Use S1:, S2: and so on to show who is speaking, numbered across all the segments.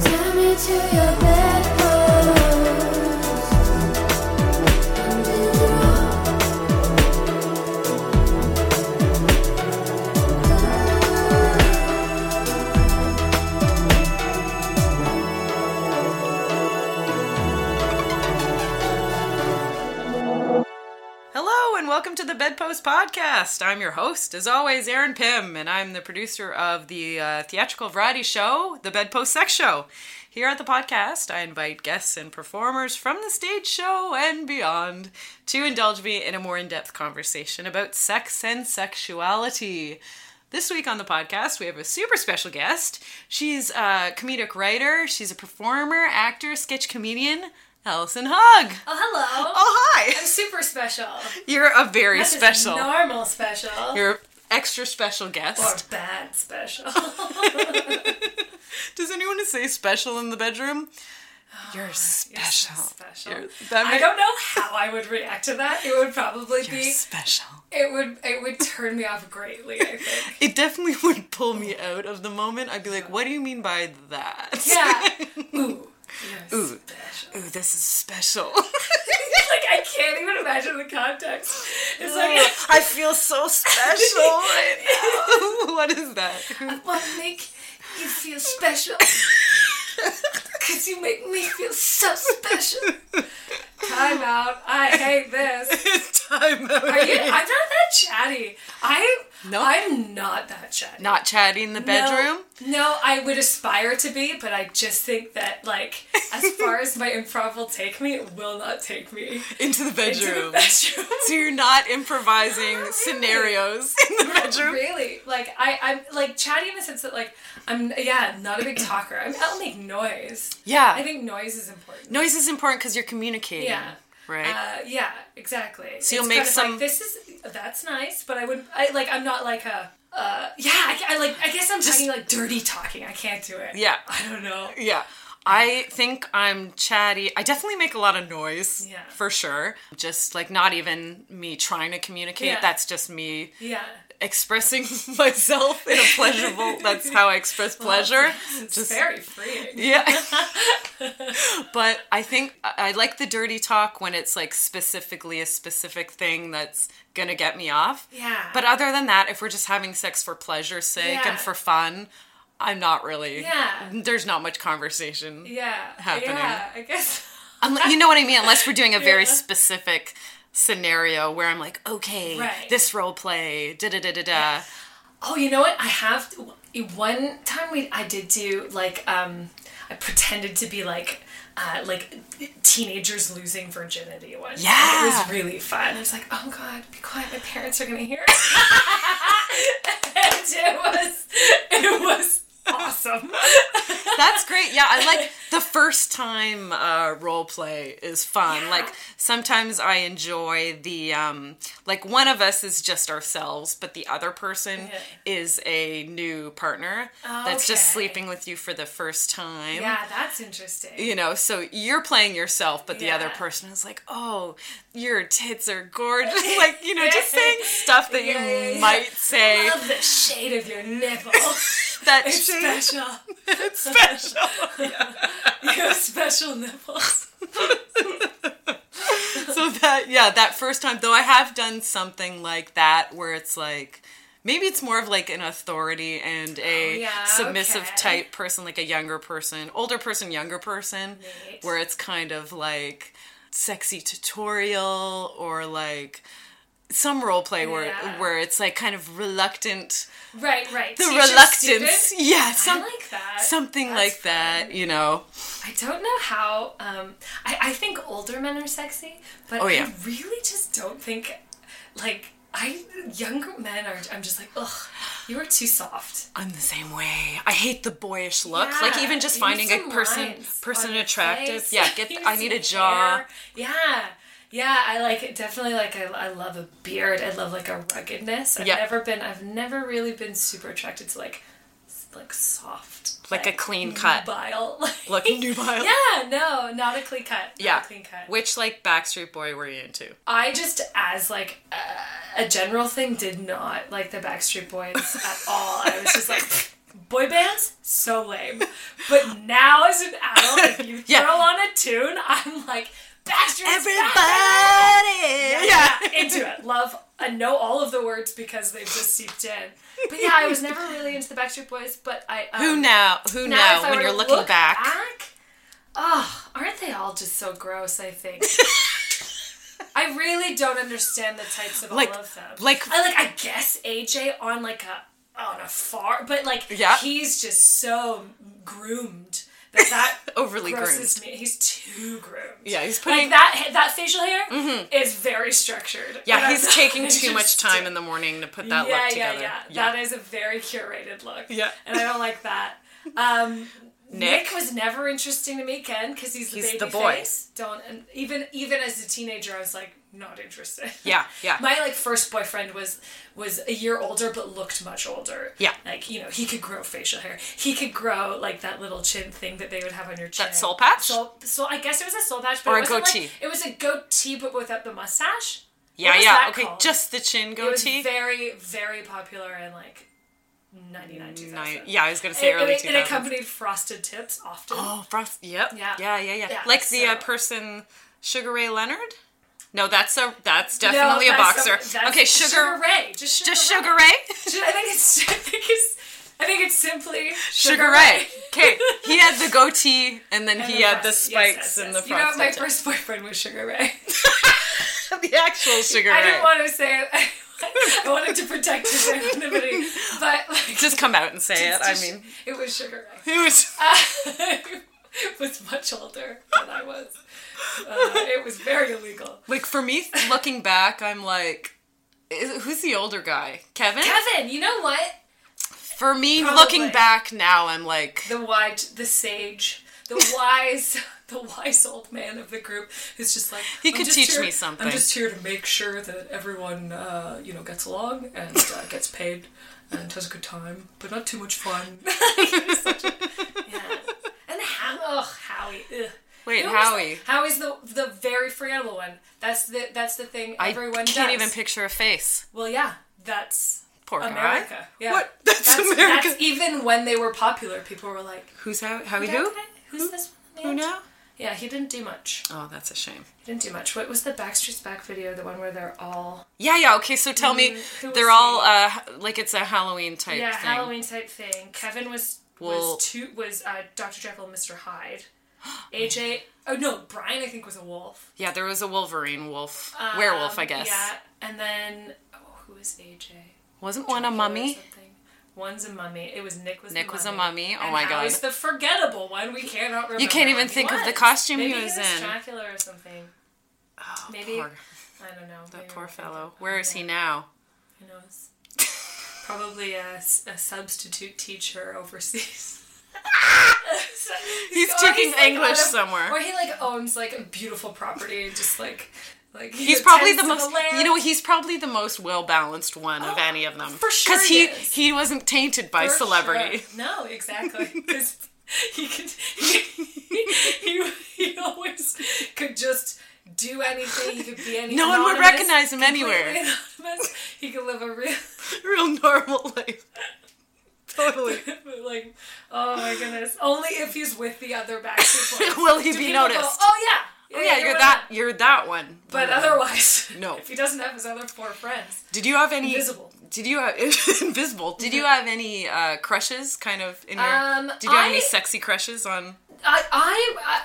S1: Tie me to your bedpost. Under the rope.
S2: Hello and welcome to the Bedpost Podcast. I'm your host, as always, Aaron Pym, and I'm the producer of the uh, theatrical variety show, The Bedpost Sex Show. Here at the podcast, I invite guests and performers from the stage show and beyond to indulge me in a more in depth conversation about sex and sexuality. This week on the podcast, we have a super special guest. She's a comedic writer, she's a performer, actor, sketch comedian, Allison Hogg.
S3: Oh, hello.
S2: Oh, hi!
S3: I'm super special.
S2: You're a very
S3: This is
S2: special.
S3: normal special.
S2: You're an extra special
S3: or
S2: guest.
S3: bad special.
S2: Does anyone say special in the bedroom? You're special.
S3: Ah, special.
S2: You're- that
S3: I
S2: ma-
S3: don't know how I would react to that. It would probably
S2: You're
S3: be
S2: special.
S3: it would it would turn me off greatly, I think.
S2: It definitely would pull me out of the moment. I'd be like, what do you mean by that?
S3: Yeah. Ooh. You're
S2: Ooh.
S3: special.
S2: Ooh, this is special.
S3: like I can't even imagine the context. It's like
S2: I feel so special right now. what is that?
S3: I want to make you feel special. Cause you make me feel so special. Time out. I hate this.
S2: Time out.
S3: Are you, I'm not that chatty. I
S2: No.
S3: I'm not that chatty.
S2: Not chatty in the bedroom?
S3: No, no, I would aspire to be, but I just think that like as far as my improv will take me, it will not take me
S2: Into the
S3: into
S2: bedroom.
S3: the bedroom.
S2: so you're not improvising
S3: Not really.
S2: scenarios in the bedroom.
S3: really, like I, I'm like chatty in the sense that like I'm yeah not a big talker. I'm, I'll make noise.
S2: Yeah.
S3: I think noise is important.
S2: Noise is important because you're communicating.
S3: Yeah.
S2: Right?
S3: Uh, yeah, exactly. So
S2: you'll make some-
S3: Like, this is that's nice, but I would I like I'm not like a uh, yeah. I, I like I guess I'm talking like dirty talking. I can't do it.
S2: Yeah.
S3: I don't know.
S2: yeah. I think I'm chatty. I definitely make a lot of noise.
S3: Yeah.
S2: For sure. Just like not even me trying to communicate.
S3: Yeah.
S2: That's just me
S3: Yeah.
S2: expressing myself in a pleasurable that's how I express pleasure.
S3: It's
S2: Just-
S3: very freeing.
S2: Yeah. but I think I I like the dirty talk when it's like specifically a specific thing that's going to get me off.
S3: Yeah.
S2: But other than that, if we're just having sex for pleasure's sake
S3: Yeah.
S2: and for fun, I'm not really.
S3: Yeah.
S2: There's not much conversation.
S3: Yeah.
S2: Happening.
S3: Yeah. I guess.
S2: Unle- you know what I mean? Unless we're doing a very
S3: Yeah.
S2: specific scenario where I'm like, okay,
S3: Right.
S2: this role play, da da da da da.
S3: Oh, you know what? I have one time we I did do like um I pretended to be like uh, like teenagers losing virginity once. And it
S2: Yeah.
S3: was really fun. I was like, oh god, be quiet, my parents are gonna hear. and it was it was awesome.
S2: That's great. Yeah, I like the first time uh, role play is fun. Like sometimes I enjoy the um, like one of us is just ourselves, but the other person
S3: Yeah.
S2: is a new partner that's just
S3: Okay.
S2: sleeping with you for the first time.
S3: yeah, that's interesting.
S2: You know, so you're playing yourself, but the other
S3: Yeah.
S2: person is like, "Oh, your tits are gorgeous," like you know, just saying stuff that you
S3: Yeah, yeah, yeah.
S2: might say.
S3: Love the shade of your nipple.
S2: That
S3: It's
S2: shade-
S3: special.
S2: it's special.
S3: You have special nipples.
S2: so that yeah that first time though i have done something like that where it's like maybe it's more of like an authority and a
S3: Oh, yeah,
S2: submissive
S3: okay.
S2: type person like a younger person older person younger person
S3: Neat.
S2: where it's kind of like sexy tutorial or like some role play where
S3: Yeah.
S2: where it's like kind of reluctant
S3: Right, right.
S2: the
S3: Teacher
S2: reluctance
S3: student?
S2: yeah
S3: I
S2: some,
S3: like that.
S2: something
S3: That's
S2: like
S3: fun.
S2: that you know
S3: I don't know how. Um, I, I think older men are sexy, but
S2: Oh, yeah.
S3: I really just don't think, like, I younger men are. I'm just like, ugh, you are too soft.
S2: I'm the same way. I hate the boyish look.
S3: Yeah,
S2: like even just
S3: you
S2: finding
S3: need
S2: a
S3: some
S2: person
S3: lines
S2: person
S3: on your
S2: attractive.
S3: face.
S2: Yeah, get
S3: You
S2: I
S3: need
S2: need a
S3: some
S2: jaw.
S3: hair. Yeah. Yeah, I like it. Definitely like I, I love a beard. I love like a ruggedness. I've
S2: Yeah.
S3: never been I've never really been super attracted to like s- like soft.
S2: Like a clean cut.
S3: Nubile. Like,
S2: Look nubile.
S3: Yeah, no, not a clean cut. Not
S2: Yeah.
S3: A clean cut.
S2: Which like Backstreet Boy were you into?
S3: I just, as like a, a general thing, did not like the Backstreet Boys at all. I was just like, boy bands, so lame. But now as an adult, if you
S2: Yeah.
S3: throw on a tune, I'm like, Backstreet
S2: Everybody.
S3: yeah, into it. Love. I know all of the words because they've just seeped in. But yeah, I was never really into the Backstreet Boys. But I um,
S2: Who now? Who
S3: now
S2: now?
S3: if I
S2: When
S3: were
S2: you're
S3: to
S2: looking
S3: look
S2: back,
S3: oh, aren't they all just so gross? I think. I really don't understand the types of
S2: Like-
S3: all of them.
S2: like-
S3: I like, I guess AJ on like a on a far, but like
S2: Yeah.
S3: he's just so groomed that that
S2: Overly
S3: grosses me. He's too groomed.
S2: Yeah, he's
S3: like
S2: putting- Mm-hmm.
S3: that that facial hair is very structured. And
S2: yeah,
S3: I'm
S2: he's
S3: not-
S2: taking
S3: it's
S2: too much
S3: just
S2: time in the morning to put that
S3: yeah,
S2: look
S3: yeah,
S2: together.
S3: yeah, That is a very curated look.
S2: Yeah.
S3: And I don't like that. Um,
S2: Nick?
S3: Nick? was never interesting to me, Ken, because he's the
S2: He's
S3: baby
S2: the boy.
S3: face. Don't and even even as a teenager, I was like not interested.
S2: Yeah, yeah.
S3: My like first boyfriend was was a year older, but looked much older.
S2: Yeah.
S3: Like you know, he could grow facial hair. He could grow like that little chin thing that they would have on your chin.
S2: soul patch?
S3: Soul, so I guess it was a soul patch, but
S2: Or
S3: it
S2: a
S3: wasn't
S2: goatee.
S3: Like, it was a goatee, but without the mustache.
S2: yeah,
S3: What was
S2: yeah.
S3: that
S2: Okay,
S3: called?
S2: just the chin
S3: It was
S2: goatee.
S3: very, very popular in like 99, 2000.
S2: Ni- yeah, I was gonna say
S3: And- and
S2: early
S3: it,
S2: two
S3: it
S2: thousand.
S3: accompanied frosted tips often.
S2: Oh, frost. Yep.
S3: Yeah.
S2: Yeah, yeah, yeah.
S3: Yeah,
S2: like the uh,
S3: so-
S2: person Sugar Ray Leonard. No, that's a that's definitely a
S3: that's
S2: boxer.
S3: some- that's
S2: okay, Sugar,
S3: Ray. Just Sugar
S2: just Sugar Ray.
S3: I think it's. I think it's. I think it's simply
S2: Sugar, Ray. Okay, he had the goatee, and then he
S3: the
S2: had the
S3: frost- yes,
S2: spikes
S3: yes,
S2: and
S3: yes.
S2: the
S3: You know, what?
S2: frost.
S3: my first boyfriend was Sugar Ray.
S2: the actual Sugar
S3: I
S2: Ray.
S3: didn't want to say it. I wanted to protect his anonymity, but like,
S2: Just come out and say it. I mean,
S3: it was Sugar Ray.
S2: it was
S3: was much older than I was. Uh, it was very illegal.
S2: like for me looking back, I'm like. is- Who's the older guy? Kevin?
S3: Kevin, you know what?
S2: For me,
S3: Probably.
S2: looking back now, I'm like,
S3: The wise, the sage, the wise, the wise old man of the group who's just like he
S2: could teach me something."
S3: I'm just here to make sure that everyone, uh, you know, gets along and uh, gets paid and has a good time, but not too much fun. He's such a- yeah. And how? Ugh, Howie. Ugh.
S2: Wait,
S3: Who was-
S2: Howie.
S3: Howie's the the very free animal one. That's the that's the thing
S2: I
S3: everyone
S2: can't
S3: does.
S2: even picture a face.
S3: Well, yeah, that's
S2: Poor guy.
S3: America. Yeah,
S2: What? That's America.
S3: That's even when they were popular, people were like,
S2: Who's Howie? Howie
S3: "That
S2: who?
S3: guy? Who's this one?
S2: Who
S3: man?"
S2: now?
S3: Yeah, he didn't do much.
S2: Oh, that's a shame.
S3: He didn't do much. What was the Backstreet's Back video? The one where they're all
S2: Yeah, yeah. Okay, so tell me,
S3: Mm, who was
S2: they're all uh, like it's a Halloween type
S3: yeah
S2: thing.
S3: Halloween type thing. Kevin was
S2: Well-
S3: was two was uh, Dr. Jekyll and Mr. Hyde. AJ. Oh no, Brian I think was a wolf.
S2: Yeah, there was a Wolverine wolf, werewolf, I guess.
S3: Um, Yeah, and then oh, who was AJ?
S2: Wasn't one a
S3: Dracula or
S2: mummy?
S3: something. One's a mummy. It was Nick was
S2: Nick
S3: the
S2: was
S3: mummy.
S2: a mummy. Oh
S3: and
S2: my God.
S3: Howie's the forgettable one. We cannot remember.
S2: can't even
S3: when he
S2: think of the
S3: was.
S2: costume he
S3: Maybe
S2: was in.
S3: Dracula or something. Oh, Maybe
S2: Oh, Poor,
S3: I don't know.
S2: that
S3: Maybe
S2: poor
S3: we'll think
S2: fellow.
S3: of-
S2: Where is he now?
S3: Who knows? Probably a, s- a substitute teacher overseas. So-
S2: He's
S3: or
S2: taking
S3: like,
S2: English
S3: on a-
S2: somewhere.
S3: Or he like owns like a beautiful property and just like like
S2: He's probably the most. you know, he's probably the most well balanced one of
S3: Oh,
S2: any of them.
S3: for sure
S2: because
S3: he
S2: he
S3: is.
S2: he wasn't tainted by
S3: For
S2: celebrity.
S3: sure. No, exactly. 'Cause he could he, he, he always could just do anything. He could be anything.
S2: No one would recognize him anywhere.
S3: He could live a real
S2: Real normal life. totally.
S3: like oh my goodness. Only if he's with the other Backstreet Boys
S2: Will he
S3: do
S2: be
S3: people go,
S2: noticed?
S3: oh yeah.
S2: Oh yeah, you're that. You're that one.
S3: But
S2: Yeah.
S3: otherwise,
S2: No.
S3: If he doesn't have his other four friends,
S2: Did you have any
S3: Invisible. Mm-hmm.
S2: Did you have invisible? Did you have any uh, crushes? Kind of in your.
S3: Um,
S2: did you have
S3: I-
S2: any sexy crushes on?
S3: I, I, I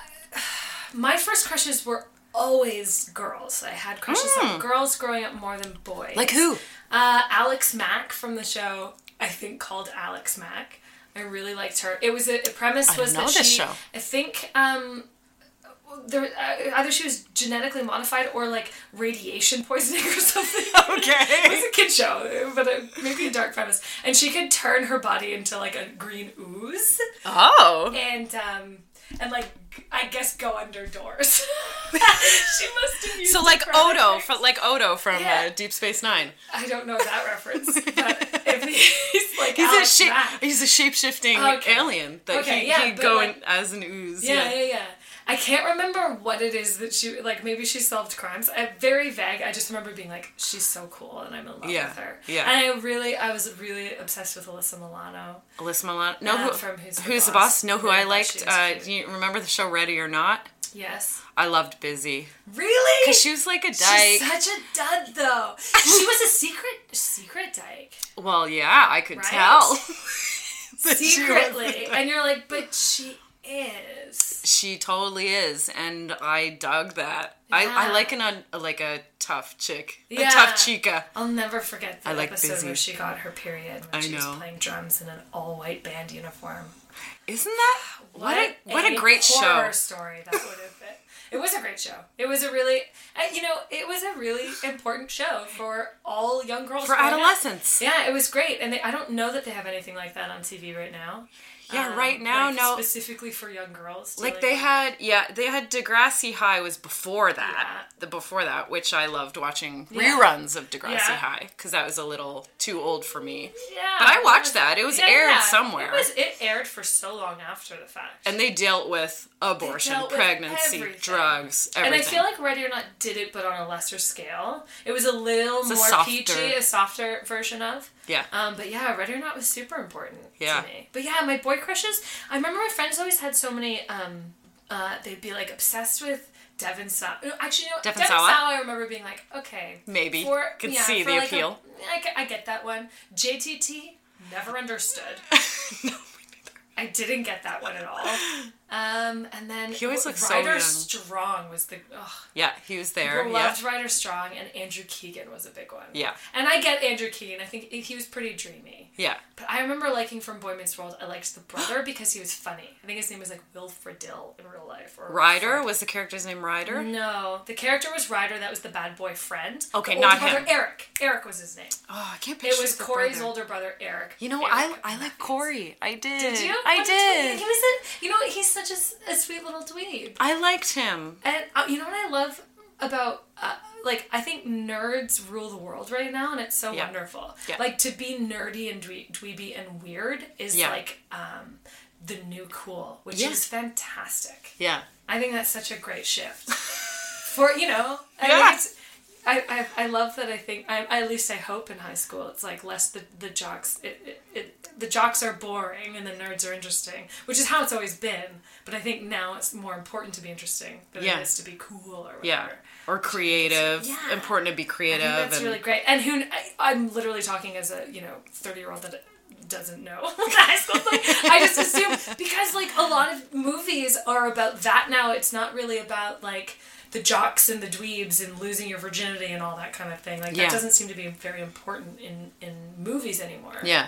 S3: my first crushes were always girls. I had crushes on girls growing up more than boys.
S2: Hmm. Like who?
S3: Uh, Alex Mack from the show, I think called Alex Mack. I really liked her. It was a, the premise
S2: don't
S3: was
S2: know
S3: that
S2: this
S3: she,
S2: show.
S3: I think, um, there, uh, either she was genetically modified or like radiation poisoning or something. it was
S2: Okay.
S3: a kid show, but a, maybe a dark premise. And she could turn her body into like a green ooze
S2: Oh.
S3: and um and like I guess go under doors. she must have used
S2: So
S3: it
S2: like
S3: for other
S2: Odo
S3: things.
S2: from like Odo from
S3: Yeah.
S2: uh, Deep Space Nine.
S3: I don't know that reference, but if he's like
S2: He's
S3: Alex
S2: a shape.
S3: Mack.
S2: He's a shape shifting
S3: Okay.
S2: alien that
S3: Okay,
S2: he,
S3: yeah,
S2: he'd
S3: but
S2: go
S3: like-
S2: in as an ooze.
S3: Yeah, yeah, yeah. I can't remember what it is that she like. Maybe she solved crimes. I very vague. I just remember being like, she's so cool, and I'm in love
S2: Yeah,
S3: with her.
S2: yeah.
S3: And I really, I was really obsessed with Alyssa Milano.
S2: Alyssa Milano. No,
S3: Uh,
S2: who,
S3: from Who's the
S2: who's the
S3: Boss?
S2: boss? Know who
S3: Yeah,
S2: I
S3: I thought she
S2: liked?
S3: was
S2: Uh,
S3: cute.
S2: do you remember the show Ready or Not?
S3: Yes.
S2: I loved Busy
S3: Really?
S2: because she was like a
S3: She's
S2: dyke.
S3: such a dud, though. she was a secret, secret dyke.
S2: well, yeah, I could
S3: Right?
S2: tell. that she was-
S3: secretly, and you're like, but she is.
S2: She totally is, and I dug that. I, I
S3: Yeah.
S2: like an a, like a tough chick, a
S3: Yeah.
S2: tough chica.
S3: I'll never forget the
S2: I like
S3: episode
S2: busy.
S3: where she got her period when
S2: I
S3: she
S2: know.
S3: was playing drums in an all-white band uniform.
S2: Isn't that what, a what a, great
S3: horror
S2: show?
S3: story that would have been. It was a great show. It was a really, uh, you know, it was a really important show for all young girls
S2: For
S3: growing up.
S2: adolescents.
S3: Yeah, it was great, and they, I don't know that they have anything like that on TV right now.
S2: Yeah,
S3: Um,
S2: right now,
S3: like,
S2: no.
S3: specifically for young girls. to,
S2: Like they had, yeah, they had Degrassi High was before that.
S3: Yeah.
S2: The before that, which I loved watching
S3: Yeah.
S2: reruns of Degrassi
S3: Yeah.
S2: High because that was a little too old for me.
S3: Yeah,
S2: But I
S3: it
S2: watched
S3: was-
S2: that. It was
S3: yeah,
S2: aired
S3: yeah.
S2: somewhere.
S3: It was. It aired for so long after the fact.
S2: and they dealt with abortion,
S3: dealt with
S2: pregnancy,
S3: everything.
S2: drugs, everything.
S3: And I feel like Ready or Not did it, but on a lesser scale. It was a little
S2: a
S3: more
S2: softer-
S3: peachy, a softer version of.
S2: Yeah.
S3: Um, but yeah, Ready or Not was super important
S2: Yeah.
S3: to me. But yeah, my boy crushes. I remember my friends always had so many. Um, uh, they'd be like obsessed with Devon Sawa. no, Actually, no,
S2: Devon
S3: Devon Sawa.
S2: Sawa?
S3: I remember being like, okay,
S2: Maybe. Could see the
S3: like, a-
S2: appeal.
S3: I get- I get that one. JTT never understood. I didn't get that one at all. Um, and then
S2: He always looks so
S3: Ryder
S2: young.
S3: Strong was the ugh,
S2: yeah, he was there.
S3: people
S2: Yeah.
S3: loved Ryder Strong, and Andrew Keegan was a big one.
S2: Yeah.
S3: and I get Andrew Keegan. I think he was pretty dreamy.
S2: Yeah.
S3: But I remember liking from Boy Meets World. I liked the brother because he was funny. I think his name was like Wilfred Dill in real life. Or
S2: Ryder was the character's name. Ryder.
S3: Mm. No, the character was Ryder. That was the bad boy friend.
S2: Okay,
S3: The
S2: not
S3: older
S2: him.
S3: Brother, Eric. Eric was his name.
S2: Oh, I can't picture.
S3: It was
S2: the
S3: Corey's
S2: brother.
S3: older brother, Eric.
S2: You know,
S3: Eric
S2: I I
S3: Matthews.
S2: like Corey. I did.
S3: Did you?
S2: I
S3: What a tweet.
S2: did.
S3: He was a, you know, what? he's such a, s- a sweet little dweeb.
S2: I liked him.
S3: And uh, you know what I love about uh, like I think nerds rule the world right now, and it's so
S2: Yeah.
S3: wonderful.
S2: Yeah.
S3: Like to be nerdy and dwe- dweeby and weird is
S2: Yeah.
S3: like um, the new cool, which
S2: Yeah.
S3: is fantastic.
S2: Yeah.
S3: I think that's such a great shift for you know. I
S2: Yeah.
S3: mean, it's- I, I, I love that I think I, I- at least I hope in high school it's like less the the jocks it, it, it the jocks are boring and the nerds are interesting which is how it's always been but I think now it's more important to be interesting than
S2: Yeah.
S3: it is to be cool or whatever
S2: Yeah. Or creative.
S3: Yeah.
S2: Important to be creative.
S3: I think that's
S2: and
S3: really great. And who kn- I, I'm literally talking as a you know 30 year old that doesn't know high school. Like, I just assume because like a lot of movies are about that now. It's not really about like the jocks and the dweebs and losing your virginity and all that kind of thing. Like
S2: Yeah.
S3: that doesn't seem to be very important in in movies anymore.
S2: Yeah.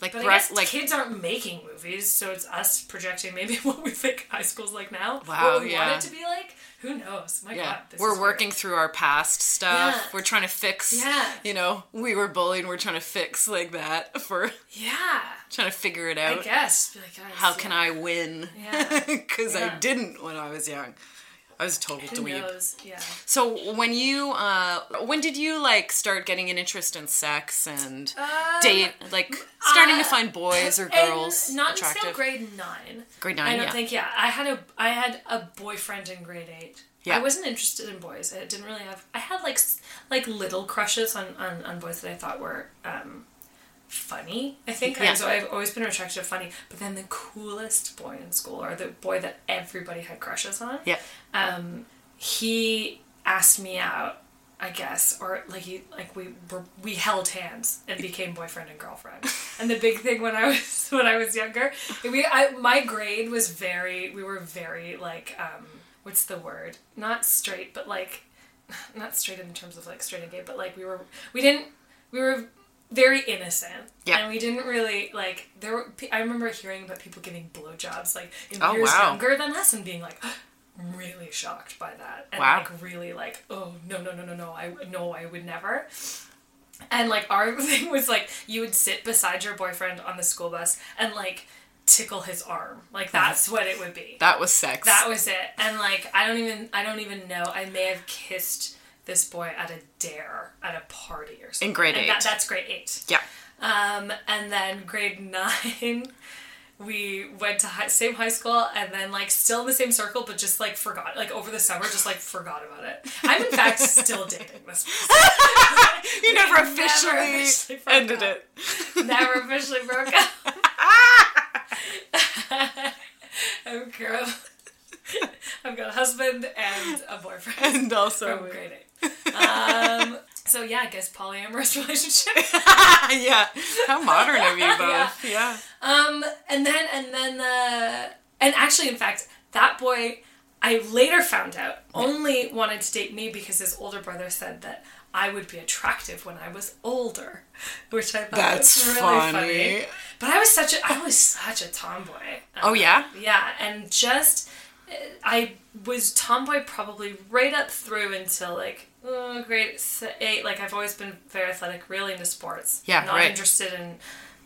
S2: Like
S3: But I
S2: rest,
S3: guess
S2: like
S3: kids aren't making movies, so it's us projecting maybe what we think high school's like now.
S2: Wow,
S3: What we
S2: yeah.
S3: want it to be like. Who knows? My
S2: yeah.
S3: God, this is
S2: We're
S3: weird.
S2: working through our past stuff.
S3: Yeah.
S2: We're trying to fix
S3: Yeah.
S2: you know, we were bullied, we're trying to fix like that for
S3: Yeah.
S2: trying to figure it
S3: I
S2: out.
S3: guess. Be like, guys,
S2: How can
S3: yeah.
S2: I win?
S3: Yeah.
S2: Cuz I
S3: Yeah.
S2: didn't when I was young. I was a total
S3: Who
S2: dweeb.
S3: knows? Yeah.
S2: So when you uh when did you like start getting an interest in sex and date like starting to find boys or girls
S3: Uh, And not
S2: attractive?
S3: until grade nine.
S2: Grade nine,
S3: I don't
S2: yeah.
S3: think. Yeah, I had a I had a boyfriend in grade eight.
S2: Yeah.
S3: I wasn't interested in boys. I didn't really have. I had like s- like little crushes on on, on boys that I thought were um, funny. I think
S2: Yeah.
S3: I was, I've always been attracted to funny. But then the coolest boy in school, or the boy that everybody had crushes on,
S2: Yeah.
S3: he asked me out. I guess, or like he, like we were, we held hands and became boyfriend and girlfriend. And the big thing when I was when I was younger, we I, my grade was very we were very like um, what's the word? Not straight, but like not straight in terms of like straight and gay, but like we were we didn't we were very innocent.
S2: Yeah.
S3: And we didn't really like there were pe- I remember hearing about people giving blowjobs like in
S2: Oh,
S3: years
S2: wow.
S3: younger than us and being like really shocked by that and
S2: Wow.
S3: like really like oh no no no no no I no I would never and like our thing was like you would sit beside your boyfriend on the school bus and like tickle his arm like
S2: Uh-huh.
S3: that's what it would be
S2: That was sex.
S3: that was it and like i don't even i don't even know i may have kissed this boy at a dare at a party or something
S2: grade
S3: And
S2: eight.
S3: that- that's grade eight
S2: yeah.
S3: um, and then grade nine, we went to high, same high school, and then like still in the same circle, but just like forgot, like over the summer, just like forgot about it. I'm in fact still dating this. person.
S2: You never officially,
S3: officially broke
S2: ended
S3: up.
S2: it.
S3: Never officially broke up. I'm girl. I've got a husband and a boyfriend.
S2: And also,
S3: From grade eight. Um, so yeah, I guess polyamorous relationship.
S2: yeah. How modern of you both. Yeah.
S3: Um, and then and then the and actually, in fact, that boy I later found out only wanted to date me because his older brother said that I would be attractive when I was older, which I thought
S2: That's
S3: was really
S2: funny.
S3: funny. But I was such a I was such a tomboy.
S2: Oh yeah.
S3: Yeah, and just uh, I was tomboy probably right up through until like uh, grade s- eight. Like I've always been very athletic, really into sports.
S2: Yeah,
S3: not
S2: right.
S3: interested in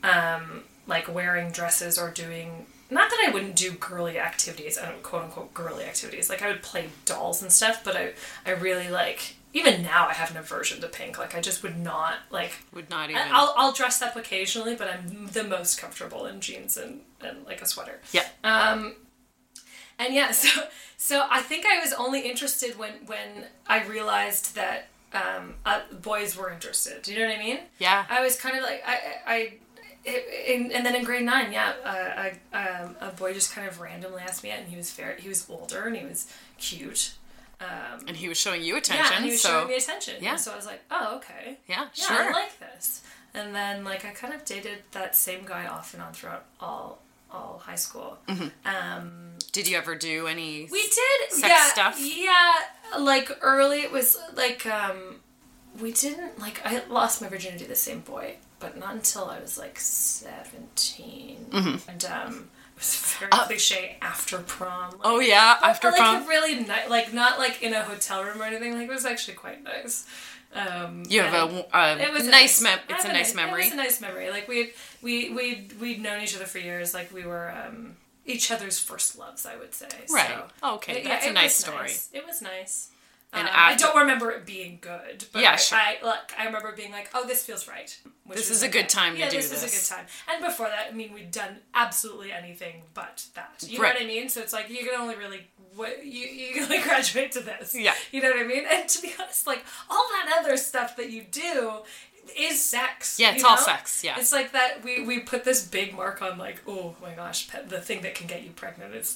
S3: um, like wearing dresses or doing. Not that I wouldn't do girly activities, uh, quote unquote girly activities. Like I would play dolls and stuff, but I I really like. Even now, I have an aversion to pink. Like I just would not like
S2: Would not even.
S3: I- I'll, I'll dress up occasionally, but I'm the most comfortable in jeans and, and like a sweater.
S2: yeah.
S3: And yeah, so so I think I was only interested when when I realized that um, uh, boys were interested. Do you know what I mean?
S2: Yeah.
S3: I was kind of like I I. I in, and then in grade nine, yeah, uh, I, um, a boy just kind of randomly asked me out, and he was very he was older and he was cute.
S2: and he was showing you
S3: Yeah,
S2: attention.
S3: and he was
S2: so
S3: showing me attention.
S2: yeah.
S3: And so I was like, oh okay.
S2: yeah,
S3: Yeah,
S2: sure.
S3: I like this. And then like I kind of dated that same guy off and on throughout all all high school.
S2: Mm-hmm.
S3: Um,
S2: Did you ever do any?
S3: We did
S2: sex
S3: yeah,
S2: stuff?
S3: Yeah, like early it was like um we didn't like I lost my virginity to the same boy, but not until I was like 17
S2: Mm-hmm.
S3: and um it was very cliche after prom. Like,
S2: Uh, oh yeah, after
S3: but,
S2: prom,
S3: like a really nice, like not like in a hotel room or anything. Like it was actually quite nice. Um,
S2: you have
S3: and-
S2: a, uh
S3: it was a
S2: nice, mem.
S3: I
S2: It's
S3: have
S2: a nice memory.
S3: It was a nice memory. Like we we we we'd known each other for years. Like we were um, each other's first loves. I would say.
S2: Right.
S3: So,
S2: Okay,
S3: it- yeah,
S2: that's a
S3: it
S2: nice
S3: was
S2: story.
S3: nice. It was nice.
S2: And
S3: Um,
S2: after-
S3: I don't remember it being good, but
S2: Yeah,
S3: I,
S2: sure.
S3: I like I remember being like, "Oh, this feels right." Which
S2: This
S3: was
S2: is a good time to
S3: yeah,
S2: do
S3: this
S2: this.
S3: is a good time. And before that, I mean, we'd done absolutely anything but that.
S2: Right.
S3: You know what I mean? So it's like you can only really what you you can only graduate to this.
S2: Yeah.
S3: You know what I mean? And to be honest, like all that other stuff that you do is sex.
S2: Yeah, it's
S3: you
S2: all
S3: know?
S2: sex, yeah.
S3: It's like that we we put this big mark on like, oh my gosh, pe- the thing that can get you pregnant is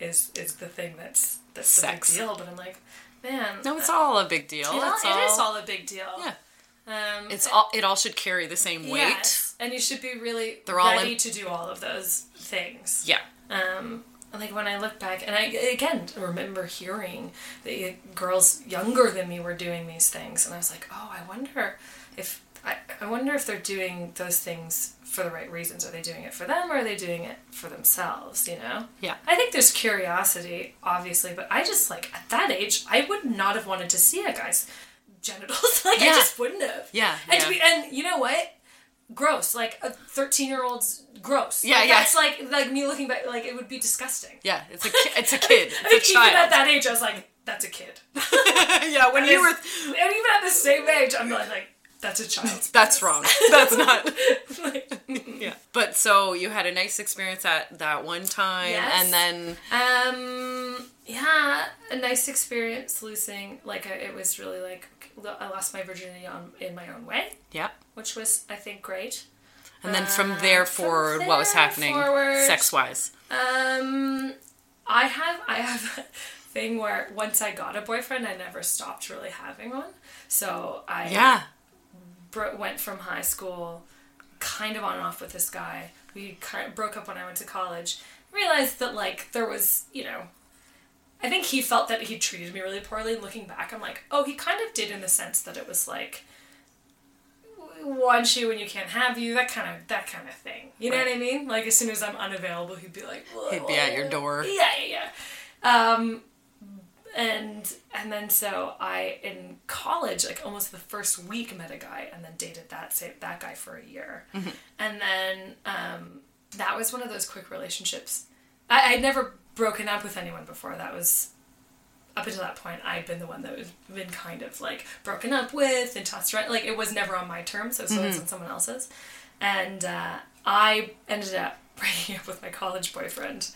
S3: is is the thing that's that's
S2: Sex.
S3: the big deal. But I'm like, man, uh,
S2: no, it's all a big deal.
S3: it,
S2: it's
S3: all,
S2: all,
S3: it is all a big deal.
S2: Yeah.
S3: Um,
S2: It's all. It all should carry the same weight.
S3: Yes, and you should be really
S2: They're all
S3: ready
S2: in-
S3: to do all of those things.
S2: Yeah.
S3: Um, like when I look back, and I again remember hearing that you, girls younger than me were doing these things, and I was like, oh, I wonder if I, I wonder if they're doing those things for the right reasons. Are they doing it for them, or are they doing it for themselves? You know?
S2: Yeah.
S3: I think there's curiosity, obviously, but I just like at that age, I would not have wanted to see a guy's genitals. like I
S2: Yeah.
S3: just wouldn't have.
S2: Yeah,
S3: And
S2: yeah.
S3: to be, and you know what? gross. Like a thirteen-year-old's gross.
S2: Yeah,
S3: like,
S2: yeah.
S3: That's like like me looking back. Like it would be disgusting.
S2: Yeah. It's a. Ki- it's a kid.
S3: I think
S2: It's a
S3: even at
S2: child.
S3: that age, I was like, "That's a kid."
S2: yeah. When you were.
S3: and even at the same age, I'm like, like "That's a child."
S2: That's wrong. That's not.
S3: Like,
S2: Yeah. But so you had a nice experience at that one time,
S3: Yes.
S2: and then
S3: um, yeah, a nice experience losing. Like I, it was really like I lost my virginity on in my own way,
S2: yeah,
S3: which was I think great.
S2: and then from there forward, what was
S3: Uh, there
S2: happening
S3: forward-
S2: sex wise?
S3: Um, I have I have a thing where once I got a boyfriend, I never stopped really having one. So I
S2: Yeah.
S3: bro- went from high school, kind of on and off with this guy. We kind of broke up when I went to college. Realized that like there was you know, I think he felt that he treated me really poorly. And looking back, I'm like, oh, he kind of did in the sense that it was like, w- want you when you can't have you, that kind of that kind of thing. You know what I mean? Like as soon as I'm unavailable, he'd be like,
S2: He'd be at your door.
S3: yeah, yeah, yeah. Um, and and then so I in college, like almost the first week, met a guy and then dated that sa that guy for a year, and then um, that was one of those quick relationships. I I'd never broken up with anyone before. That was up until that point. I'd been the one that was been kind of like broken up with and tossed around. Like it was never on my terms. It was always on someone else's, and uh, I ended up breaking up with my college boyfriend.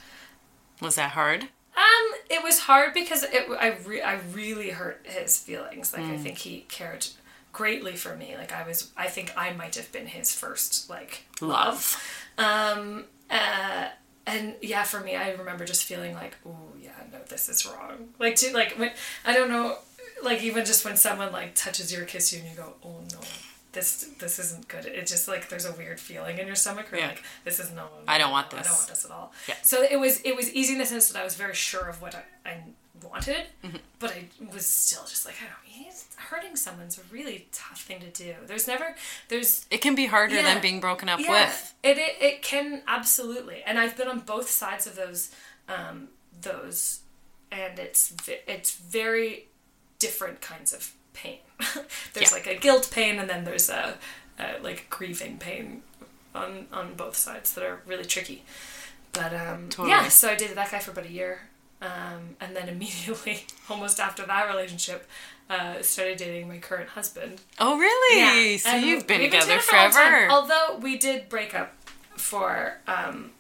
S2: Was that hard?
S3: Um, it was hard because it I re- I really hurt his feelings. Like I think he cared greatly for me. Like I was I think I might have been his first like
S2: Love.
S3: um uh and yeah for me I remember just feeling like oh yeah no this is wrong. Like to like when I don't know like even just when someone like touches you or kisses you and you go oh no this this isn't good. It just like there's a weird feeling in your stomach. Or
S2: Yeah.
S3: like this is no.
S2: I don't want
S3: I
S2: this.
S3: don't want this at all.
S2: Yeah.
S3: So it was it was easy in the sense that I was very sure of what I, I wanted,
S2: Mm-hmm.
S3: but I was still just like I don't. He's hurting someone's a really tough thing to do. There's never there's
S2: It can be harder
S3: Yeah.
S2: than being broken up with.
S3: it, it it can absolutely, and I've been on both sides of those um, those, and it's ve- it's very different kinds of pain. there's
S2: Yeah.
S3: like a guilt pain, and then there's a, a like grieving pain on on both sides that are really tricky. But um,
S2: Totally.
S3: yeah, so I dated that guy for about a year, um, and then immediately, almost after that relationship, uh, started dating my current husband.
S2: Oh, really?
S3: Yeah,
S2: So
S3: and
S2: you've been
S3: we've
S2: together
S3: for a long time.
S2: forever.
S3: Although we did break up for um,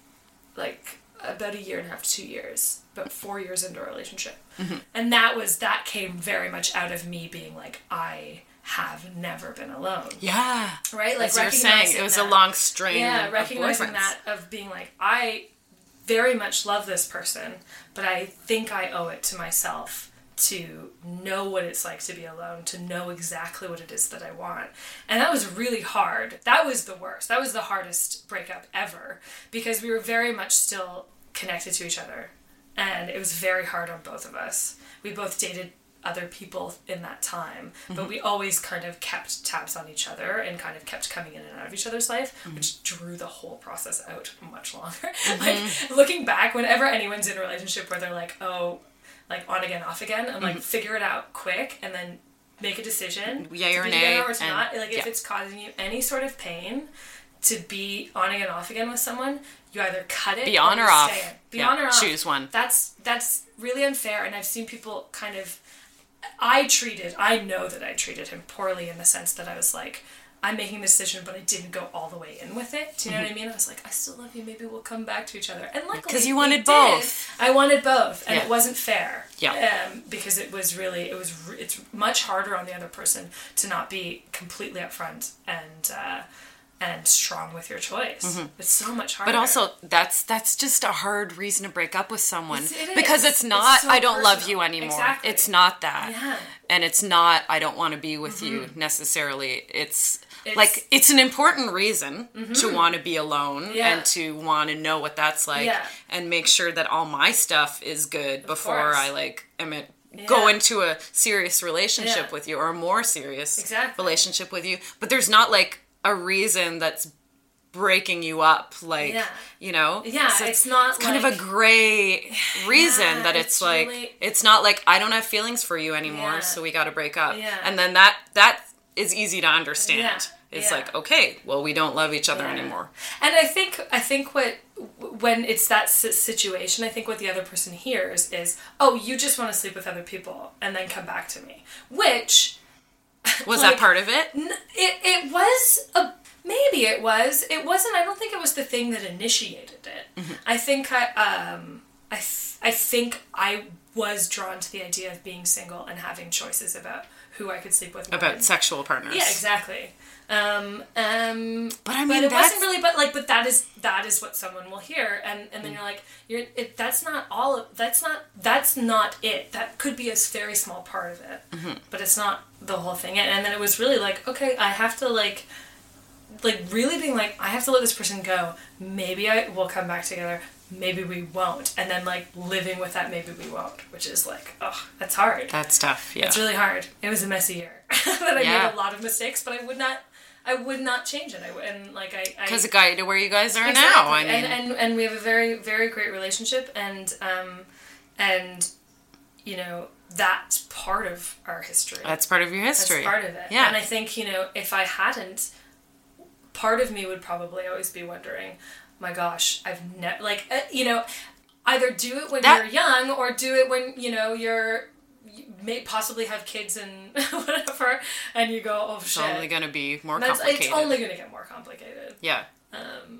S3: like about a year and a half, two years, but four years into our relationship,
S2: Mm-hmm.
S3: and that was that came very much out of me being like I have never been alone,
S2: yeah.
S3: right? Like
S2: As you're saying,
S3: recognizing
S2: it was a
S3: that-
S2: long string.
S3: yeah,
S2: of
S3: recognizing
S2: boyfriends.
S3: that of being like I very much love this person, but I think I owe it to myself to know what it's like to be alone, to know exactly what it is that I want. And that was really hard. That was the worst. That was the hardest breakup ever because we were very much still connected to each other and it was very hard on both of us. We both dated other people in that time,
S2: Mm-hmm.
S3: but we always kind of kept tabs on each other and kind of kept coming in and out of each other's life,
S2: Mm-hmm.
S3: which drew the whole process out much longer. like looking back, whenever anyone's in a relationship where they're like, oh, like on again, off again, I'm
S2: Mm-hmm.
S3: like, figure it out quick and then make a decision.
S2: Yay
S3: to
S2: or
S3: be
S2: nay,
S3: together Or to
S2: and-
S3: not. Like if
S2: yeah.
S3: it's causing you any sort of pain to be on again, off again with someone, you either cut it
S2: Be on
S3: you
S2: or off.
S3: stay in. Be
S2: Yeah,
S3: on or off.
S2: choose one.
S3: That's that's really unfair, and I've seen people kind of. I treated. I know that I treated him poorly in the sense that I was like, I'm making this decision, but I didn't go all the way in with it. Do you know what I mean? I was like, I still love you. Maybe we'll come back to each other. And luckily,
S2: Mm-hmm. 'Cause you
S3: we
S2: wanted
S3: did.
S2: both.
S3: I wanted both, and
S2: Yeah.
S3: it wasn't fair.
S2: Yeah.
S3: Um, because it was really, it was, re- it's much harder on the other person to not be completely upfront and. Uh, and strong with your choice. It's so much harder.
S2: Mm-hmm. But also, that's that's just a hard reason to break up with someone
S3: It's- it
S2: because
S3: is.
S2: it's
S3: It's
S2: not
S3: so
S2: I don't love
S3: personal.
S2: you anymore.
S3: Exactly.
S2: It's not that,
S3: Yeah. Mm-hmm.
S2: and it's not I don't want to be with you necessarily. It's,
S3: It's- Mm-hmm.
S2: like it's an important reason to want to be alone
S3: Yeah.
S2: and to want to know what that's like
S3: Yeah.
S2: and make sure that all my stuff is good before
S3: course.
S2: I like am it. Go
S3: Yeah.
S2: into a serious relationship
S3: Yeah.
S2: with you, or a more serious
S3: Exactly.
S2: relationship with you. But there's not like a reason that's breaking you up, like
S3: Yeah.
S2: you know
S3: Yeah,
S2: So
S3: it's not
S2: kind of a
S3: like-
S2: gray reason
S3: Yeah,
S2: that it's,
S3: it's
S2: like
S3: really-
S2: it's not like i don't have feelings for you anymore
S3: Yeah.
S2: so we got to break up
S3: Yeah.
S2: and then that that is easy to understand
S3: Yeah,
S2: it's
S3: yeah.
S2: like okay well we don't love each other
S3: Yeah.
S2: anymore
S3: And I think I think what when it's that si- situation, I think what the other person hears is, "Oh, you just want to sleep with other people and then come back to me," which
S2: was
S3: Like-
S2: that part of it
S3: n- it it was a maybe it was it wasn't. I don't think it was the thing that initiated it. I think I um I th- I think I was drawn to the idea of being single and having choices about who I could sleep with. and
S2: about
S3: when.
S2: sexual partners
S3: Yeah, exactly. Um, um,
S2: But I mean,
S3: it
S2: that's-
S3: wasn't really. But like, but that is that is what someone will hear, and and
S2: Mm.
S3: then you're like, you're it, that's not all. Of, that's not that's not it. That could be a s- very small part of it,
S2: Mm-hmm.
S3: but it's not the whole thing. And, and then it was really like, okay, I have to like, like really being like, I have to let this person go. Maybe I will come back together. maybe we won't, and then like living with that maybe we won't, which is like, oh, that's hard.
S2: That's tough. Yeah.
S3: It's really hard. It was a messy year. that I
S2: Yeah.
S3: made a lot of mistakes, but I would not, I would not change it. I would, and like I, I
S2: Because it got you to where you guys are now. I
S3: Exactly.
S2: mean,
S3: and, and and we have a very very great relationship, and um, and you know that's part of our history.
S2: that's part of your history.
S3: That's part of it.
S2: Yeah.
S3: And I think, you know, if I hadn't, part of me would probably always be wondering, my gosh, I've never, like, uh, you know, either do it when
S2: That-
S3: you're young or do it when, you know, you're, you may possibly have kids and whatever, and you go, oh
S2: it's
S3: shit.
S2: only going to be more
S3: That's-
S2: complicated.
S3: It's only going to get more complicated.
S2: Yeah.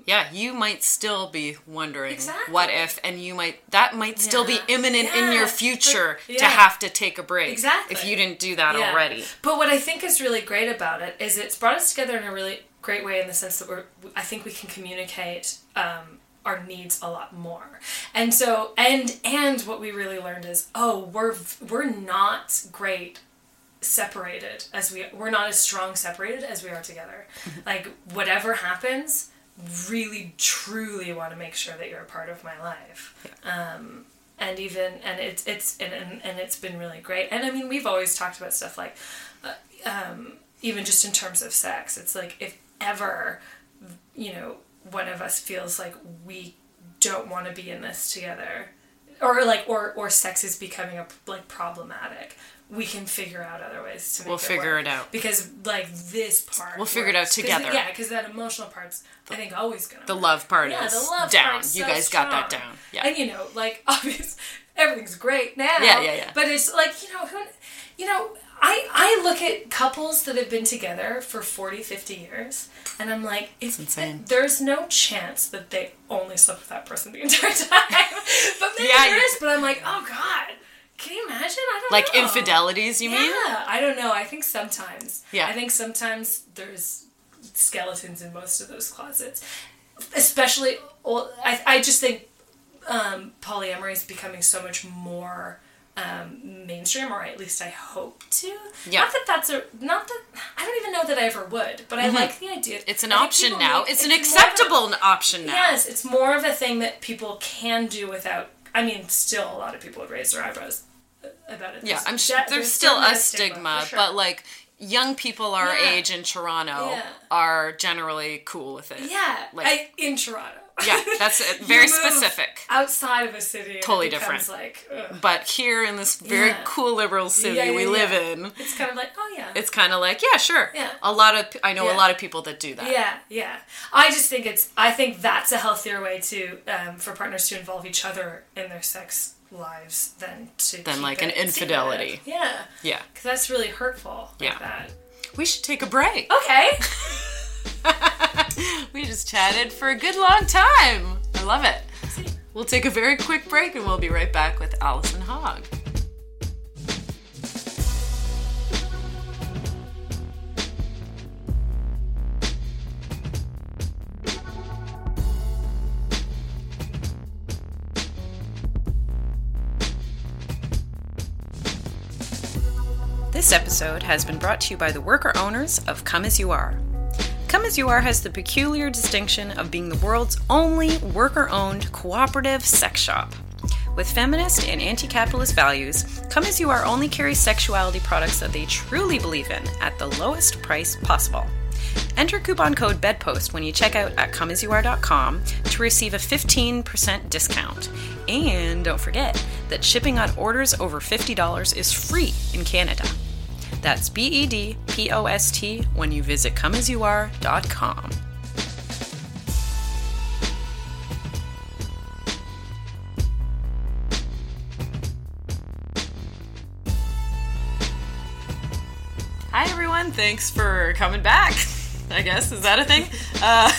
S2: yeah, you might still be wondering
S3: Um, Exactly.
S2: what if, and you might that might still be
S3: Yeah.
S2: imminent in
S3: Yeah.
S2: your
S3: But-
S2: future to
S3: yeah.
S2: have to take a break.
S3: Exactly.
S2: If you didn't do that
S3: Yeah.
S2: already.
S3: But what I think is really great about it is it's brought us together in a really great way in the sense that we're I think we can communicate um, our needs a lot more. And so and and what we really learned is oh we're we're not great separated as we we're not as strong separated as we are together.
S2: Mm-hmm.
S3: like whatever happens really truly want to make sure that you're a part of my life and even and it's it's and, and, and it's been really great and i mean we've always talked about stuff like uh, um, even just in terms of sex it's like if ever you know one of us feels like we don't want to be in this together or like or or sex is becoming a like problematic we can figure out other ways to make
S2: We'll
S3: it
S2: figure
S3: work.
S2: it out.
S3: because like this part
S2: We'll figure it out
S3: works. 'Cause-
S2: together.
S3: yeah because that emotional part's i think always gonna
S2: The
S3: work
S2: love part
S3: yeah,
S2: is
S3: the love
S2: down.
S3: part's
S2: you
S3: so
S2: guys got that
S3: strong.
S2: down. Yeah.
S3: and you know, like obvious, everything's great now.
S2: Yeah, yeah, yeah.
S3: But it's like you know, who, you know, I I look at couples that have been together for 40, 50 years, and I'm like, it's
S2: insane.
S3: There's no chance that they only slept with that person the entire time. but maybe
S2: Yeah,
S3: there
S2: you-
S3: is. But I'm like, oh god, can you imagine? I don't
S2: like
S3: know.
S2: infidelities, you mean?
S3: Yeah, I don't know. I think sometimes.
S2: Yeah.
S3: I think sometimes there's skeletons in most of those closets, especially. Well, I I just think um, polyamory is becoming so much more um, mainstream, or at least I hope to.
S2: Yeah.
S3: Not that that's a not that I don't even know that I ever would, but I like the idea.
S2: Mm-hmm. It's an
S3: I think
S2: option
S3: people
S2: now.
S3: need-
S2: it's an
S3: more of a-
S2: acceptable option now.
S3: Yes, it's more of a thing that people can do without. I mean, still a lot of people would raise their eyebrows about it.
S2: Yeah, I'm sure
S3: that-
S2: there's, still
S3: definitely
S2: a stigma,
S3: for sure.
S2: but like young people our
S3: Yeah.
S2: age in Toronto
S3: Yeah.
S2: are generally cool with it.
S3: yeah,
S2: like-
S3: I, in Toronto.
S2: Yeah, that's it.
S3: You
S2: very
S3: move
S2: specific.
S3: Outside of a city, and
S2: Totally
S3: it becomes,
S2: different.
S3: Like ugh.
S2: But here in this very
S3: Yeah.
S2: cool liberal city
S3: Yeah, yeah,
S2: we live
S3: yeah.
S2: in,
S3: it's kind of like oh yeah,
S2: it's kind of like, yeah, sure.
S3: Yeah.
S2: A lot of I know a
S3: Yeah.
S2: lot of people that do that.
S3: Yeah, yeah. I just think it's. I think that's a healthier way to um, for partners to involve each other in their sex lives than to
S2: Than,
S3: keep
S2: like, an
S3: it
S2: infidelity.
S3: secretive. Yeah,
S2: Yeah.
S3: because that's really hurtful. Like
S2: Yeah.
S3: That.
S2: We should take a break.
S3: Okay.
S2: We just chatted for a good long time. I love it. We'll take a very quick break and we'll be right back with Allison Hogg. This episode has been brought to you by the worker owners of Come As You Are. Come As You Are has the peculiar distinction of being the world's only worker owned cooperative sex shop. With feminist and anti capitalist values, Come As You Are only carries sexuality products that they truly believe in at the lowest price possible. Enter coupon code BEDPOST when you check out at comeasyouare.com to receive a 15% discount. And don't forget that shipping on orders over $50 is free in Canada. That's B E D P O S T when you visit comeasyouare.com. Hi, everyone. Thanks for coming back. I guess, is that a thing? Uh,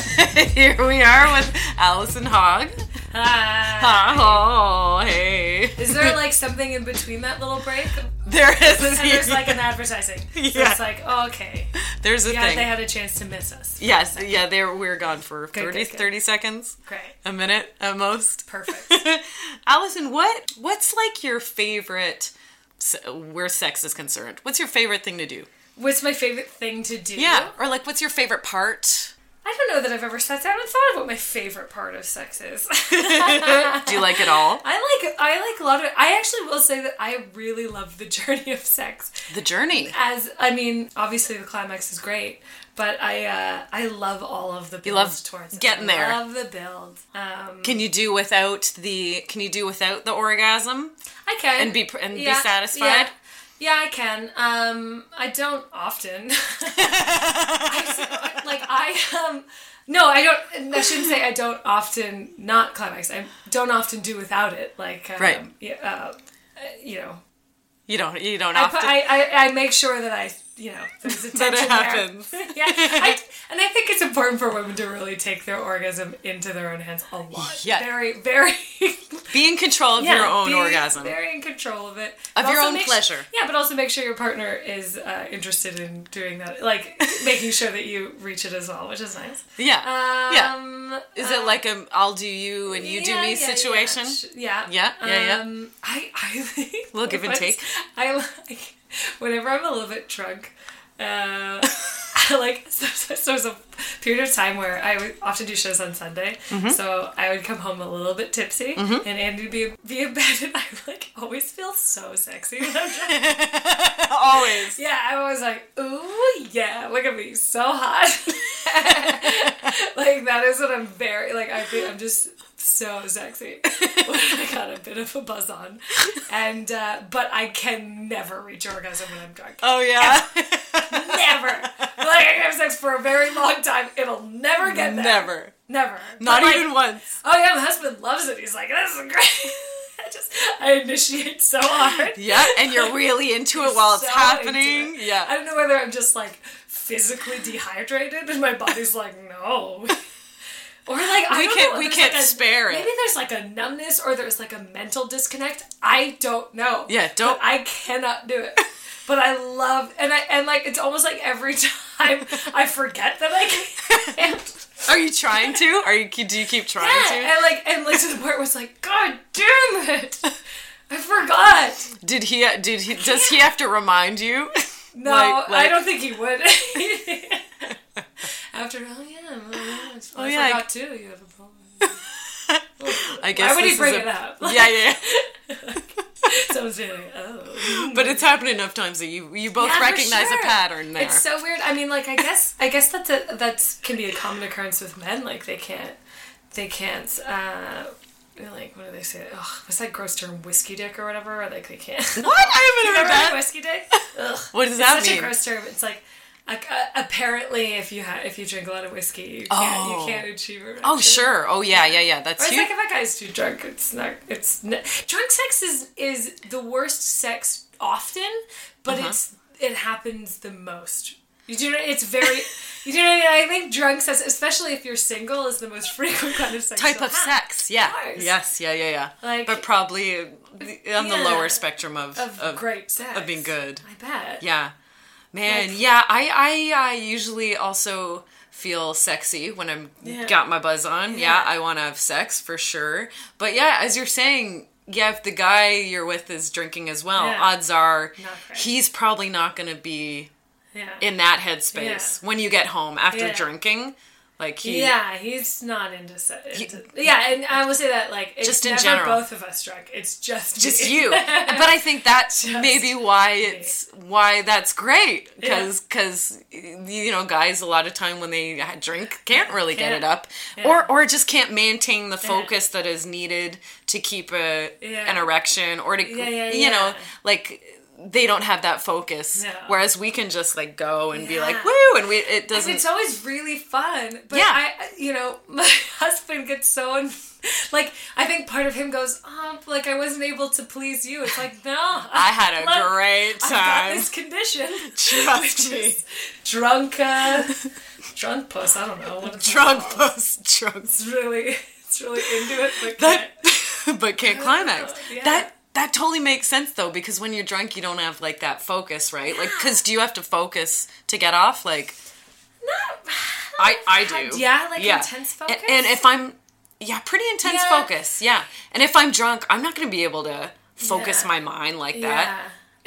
S2: here we are with Allison Hogg.
S3: Hi.
S2: Oh, hey.
S3: Uh, Is there like something in between that little break?
S2: There is.
S3: And there's like an advertising. So
S2: Yeah.
S3: it's like, oh, okay.
S2: There's a
S3: Yeah,
S2: thing.
S3: they had a chance to miss us.
S2: yes, yeah, they were, we were gone for 30,
S3: good, good.
S2: 30 seconds.
S3: Great.
S2: a minute at most.
S3: Perfect.
S2: Allison, what what's like your favorite se- where sex is concerned? What's your favorite thing to do?
S3: What's my favorite thing to do?
S2: or like what's your favorite part?
S3: I don't know that I've ever sat down and thought of what my favorite part of sex is.
S2: Do you like it all?
S3: I like I like a lot of I actually will say that I really love the journey of sex.
S2: The journey.
S3: As I mean, obviously the climax is great, but I uh, I love all of the builds
S2: love
S3: towards it.
S2: getting there.
S3: I love the build. Um,
S2: Can you do without the? Can you do without the orgasm?
S3: I can
S2: And be pr- and be
S3: Yeah,
S2: satisfied?
S3: Yeah. Yeah, I can. Um, I don't often. I- like I um, no, I don't. I shouldn't say I don't often not climax. I don't often do without it. Like um,
S2: Right.
S3: Yeah, uh, you know,
S2: You don't. You don't
S3: I,
S2: often.
S3: put- I, I, I make sure that I, you know, there's attention
S2: that it
S3: there.
S2: happens.
S3: yeah, I, and I think it's important for women to really take their orgasm into their own hands a lot.
S2: Yeah.
S3: very, very.
S2: Be in control of your own
S3: be
S2: orgasm.
S3: Very in control of it.
S2: Of
S3: But
S2: your
S3: also
S2: own
S3: make su-
S2: pleasure.
S3: yeah, but also make sure your partner is uh, interested in doing that, like making sure that you reach it as well, which is nice.
S2: Yeah. yeah.
S3: Um,
S2: Is it like a I'll do you and you do
S3: yeah,
S2: me
S3: yeah, yeah,
S2: situation?
S3: sh- Yeah.
S2: Yeah, yeah, yeah.
S3: Um, I, I like.
S2: Little give and
S3: once-
S2: take.
S3: I like. Whenever I'm a little bit drunk, uh, I like. So, so, so there's a period of time where I would often do shows on Sunday.
S2: Mm-hmm.
S3: So I would come home a little bit tipsy, and Andy would be, be in bed, and I like always feel so sexy when I'm drunk.
S2: Always.
S3: Yeah, I was like, ooh, yeah, look at me, so hot. like that is what I'm very like. I think I'm just so sexy. I got a bit of a buzz on, and uh, but I can never reach orgasm when I'm drunk.
S2: Oh yeah.
S3: Never. Like I have sex for a very long time. It'll never get there.
S2: Never.
S3: Never.
S2: Not
S3: But, like,
S2: even once.
S3: Oh yeah, my husband loves it. He's like, this is great. I just I initiate so hard.
S2: Yeah, and you're really into it while it's
S3: so
S2: happening.
S3: into it. I
S2: Yeah.
S3: don't know whether I'm just like physically dehydrated and my body's like, no. Or like I
S2: We
S3: don't
S2: can't-
S3: know,
S2: we
S3: there's,
S2: can't
S3: like, a-
S2: spare it.
S3: Maybe there's like a numbness or there's like a mental disconnect. I don't know.
S2: Yeah, don't-
S3: But I cannot do it. But I love and I and like it's almost like every time I forget that I can't.
S2: Are you trying to? Are you do you keep trying
S3: Yeah, and like and like to the point where it's like, God damn it, I forgot.
S2: to? Did he did he does he have to remind you?
S3: No,
S2: Like- like-
S3: I don't think he would. After oh yeah, oh, yeah, it's- I
S2: yeah, I-
S3: forgot too. You have a problem.
S2: I guess
S3: would he
S2: this is
S3: bring
S2: a-
S3: it up?
S2: Yeah, yeah.
S3: Someone's being like, oh,
S2: But it's happened enough times that you you both
S3: Yeah, for
S2: recognize
S3: sure.
S2: a pattern there.
S3: It's so weird. I mean, like I guess I guess that's a, that's can be a common occurrence with men. Like they can't they can't uh, like what do they say? Ugh, what's that gross term? Whiskey dick or whatever. Or like they can't.
S2: what? I haven't heard
S3: Remember
S2: that.
S3: whiskey dick? Ugh.
S2: What does that
S3: such
S2: mean?
S3: a gross term. It's like a, a, apparently if you ha- if you drink a lot of whiskey, you can't
S2: Oh.
S3: you can't achieve erection.
S2: Oh sure. Oh yeah, yeah, yeah.
S3: Or
S2: That's
S3: it's
S2: huge.
S3: like if a guy's too drunk, it's not. It's n drunk sex is is the worst sex often, but
S2: Uh-huh.
S3: it's it happens the most. You do know it's very. you do know what I mean? I think drunk sex, especially if you're single, is the most frequent kind of sex.
S2: type
S3: you'll
S2: of
S3: have.
S2: sex. Yeah.
S3: course.
S2: Yes. Yeah. Yeah. Yeah.
S3: Like-
S2: but probably on the
S3: Yeah.
S2: lower spectrum of
S3: of, great sex
S2: of being good.
S3: I bet.
S2: Yeah. Man.
S3: Like-
S2: yeah. I, I I usually also feel sexy when I'm
S3: Yeah.
S2: got my buzz on. Yeah.
S3: Yeah.
S2: I want to have sex for sure. But yeah, as you're saying. Yeah, if the guy you're with is drinking as well,
S3: Yeah.
S2: odds are
S3: Not great.
S2: he's probably not going to be
S3: Yeah.
S2: in that headspace when you get home after
S3: Yeah.
S2: drinking. Like he,
S3: Yeah, he's not into sex. yeah, and I will say that like it's
S2: Just in
S3: never
S2: general.
S3: both of us drunk. It's just
S2: just
S3: me.
S2: you. but I think that's maybe why it's why that's great because you know guys a lot of time when they ha- drink can't really get it
S3: Can't.
S2: up or or just can't maintain the focus that is needed to keep a
S3: Yeah.
S2: an erection or to
S3: Yeah, yeah,
S2: you
S3: yeah.
S2: know like they don't have that focus
S3: No.
S2: whereas we can just like go and be like
S3: Yeah.
S2: woo and we it doesn't
S3: It's always really fun, but
S2: Yeah.
S3: I, you know, my husband gets so un- like I think part of him goes, oh, like I wasn't able to please you. It's like no,
S2: I had a
S3: look,
S2: great
S3: I
S2: time
S3: got this condition,
S2: trust me
S3: drunk, uh, drunk puss. I don't know what it's
S2: drunk post drunk
S3: It's really, it's really into it, but
S2: that
S3: can't-
S2: but can't climax.
S3: Yeah.
S2: That that totally makes sense though because when you're drunk you don't have like that focus, right? Like cuz do you have to focus to get off like
S3: no,
S2: I I do.
S3: Uh, Yeah, like intense
S2: A-
S3: focus?
S2: And, if I'm yeah, pretty intense
S3: Yeah.
S2: focus. Yeah. And if I'm drunk, I'm not going to be able to focus
S3: Yeah.
S2: my mind like
S3: Yeah.
S2: that.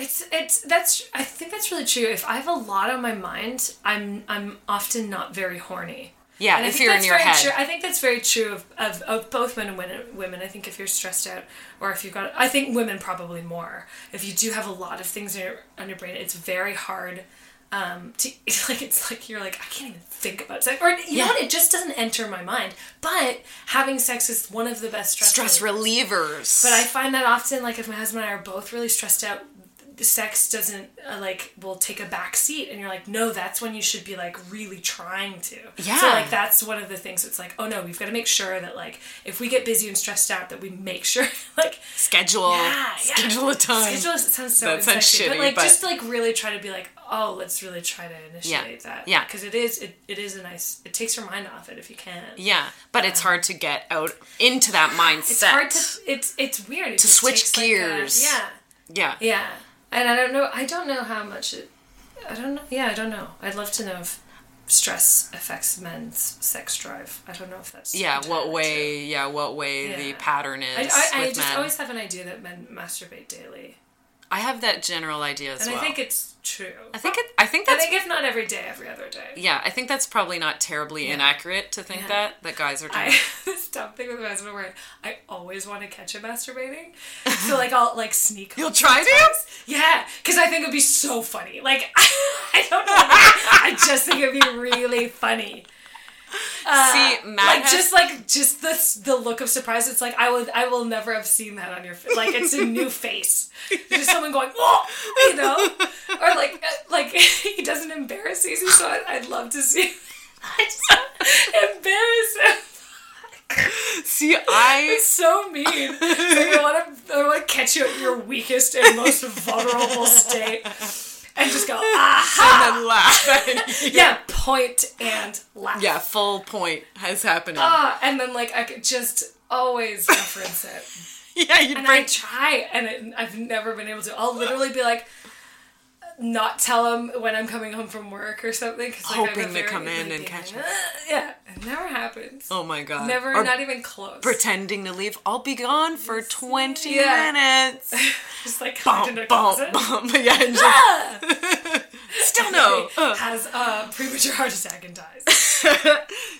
S3: It's it's that's I think that's really true. If I have a lot on my mind, I'm I'm often not very horny.
S2: Yeah,
S3: And I
S2: if
S3: think
S2: you're in
S3: that's
S2: your
S3: very
S2: head.
S3: True. I think that's very true of, of, of both men and women, women. I think if you're stressed out or if you've got, I think women probably more. If you do have a lot of things in your, on your brain, it's very hard um, to, it's like, it's like you're like, I can't even think about sex. Or, you know what, it just doesn't enter my mind. But having sex is one of the best stress,
S2: Stress
S3: relievers.
S2: relievers.
S3: But I find that often, like if my husband and I are both really stressed out, the sex doesn't uh, like will take a back seat, and you're like, no, that's when you should be like really trying to.
S2: Yeah.
S3: So like that's one of the things. It's like, oh no, we've got to make sure that like if we get busy and stressed out, that we make sure like.
S2: schedule.
S3: Yeah, yeah.
S2: Schedule a time.
S3: Schedule it sounds so
S2: That sounds
S3: sexy, but
S2: shitty,
S3: like
S2: but-
S3: just like really try to be like, oh, let's really try to initiate that.
S2: yeah.
S3: Because it is it, it is a nice. It takes your mind off it if you can.
S2: Yeah, but it's hard to get out into that mindset.
S3: It's hard to. It's it's weird. It to
S2: switch gears.
S3: yeah.
S2: Yeah.
S3: Yeah, and I don't know. I don't know how much it. I don't know. Yeah, I don't know. I'd love to know if stress affects men's sex drive. I don't know if that's
S2: Yeah,
S3: entirely
S2: what way? Yeah, what way the
S3: Yeah.
S2: pattern is
S3: true. I, I, I
S2: with
S3: just
S2: men?
S3: always have an idea that men masturbate daily,
S2: I have that general idea as
S3: and
S2: well.
S3: I think it's true.
S2: I think it. I think
S3: I
S2: that's.
S3: think if not every day, every other day.
S2: yeah, I think that's probably not terribly inaccurate to think
S3: Yeah.
S2: that that guys are doing.
S3: I this dumb thing with my husband where I always want to catch him masturbating, so like I'll like sneak.
S2: You'll
S3: home
S2: try to?
S3: sometimes. Yeah, because I think it'd be so funny. Like I don't know, why. I just think it'd be really funny.
S2: See, Matt
S3: uh, like
S2: has-
S3: just like just this the look of surprise. It's like I would I will never have seen that on your face. Like it's a new face. Just someone going whoa, you know, or like uh, like he doesn't embarrass you. So I, I'd love to see. I just embarrass him.
S2: see, I
S3: It's so mean. It's like I want to I want to catch you at your weakest and most vulnerable state, and just go aha.
S2: and then laugh. at you.
S3: Yeah, point and laugh.
S2: yeah, full point has happened.
S3: Ah, and then like I could just always reference it.
S2: yeah, you
S3: And I
S2: break.
S3: try, and it, I've never been able to. I'll literally be like, not tell him when I'm coming home from work or something, because like, I have a
S2: Hoping they
S3: very
S2: come in
S3: easy
S2: and
S3: thing.
S2: catch me.
S3: Yeah, it never happens.
S2: oh my god.
S3: never,
S2: Or
S3: not even close.
S2: pretending to leave. I'll be gone for twenty
S3: Yeah.
S2: minutes.
S3: just like hide
S2: Bump,
S3: in a
S2: bump,
S3: closet.
S2: bump. Yeah, and just,
S3: Ah!
S2: still no. Uh.
S3: Has a premature heart attack and dies.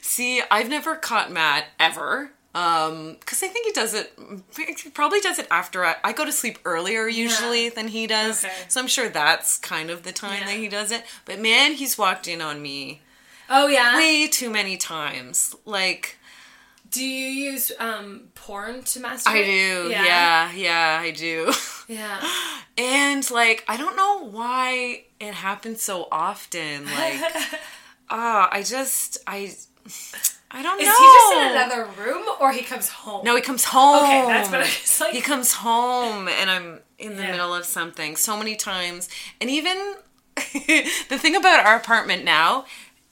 S2: See, I've never caught Matt ever. Um, because I think he does it. He probably does it after I, I go to sleep earlier usually
S3: Yeah.
S2: than he does.
S3: Okay.
S2: So I'm sure that's kind of the time
S3: Yeah.
S2: that he does it. But man, he's walked in on me
S3: Oh yeah.
S2: way too many times. Like
S3: Do you use um porn to masturbate?
S2: I do, yeah, yeah I do.
S3: Yeah.
S2: and like I don't know why it happens so often. Like, ah, I just I, I don't
S3: Is
S2: know.
S3: he just in another room or he comes home?
S2: No, he comes home.
S3: Okay, that's what I was like.
S2: He comes home, and I'm in the
S3: Yeah.
S2: middle of something so many times. And even the thing about our apartment now,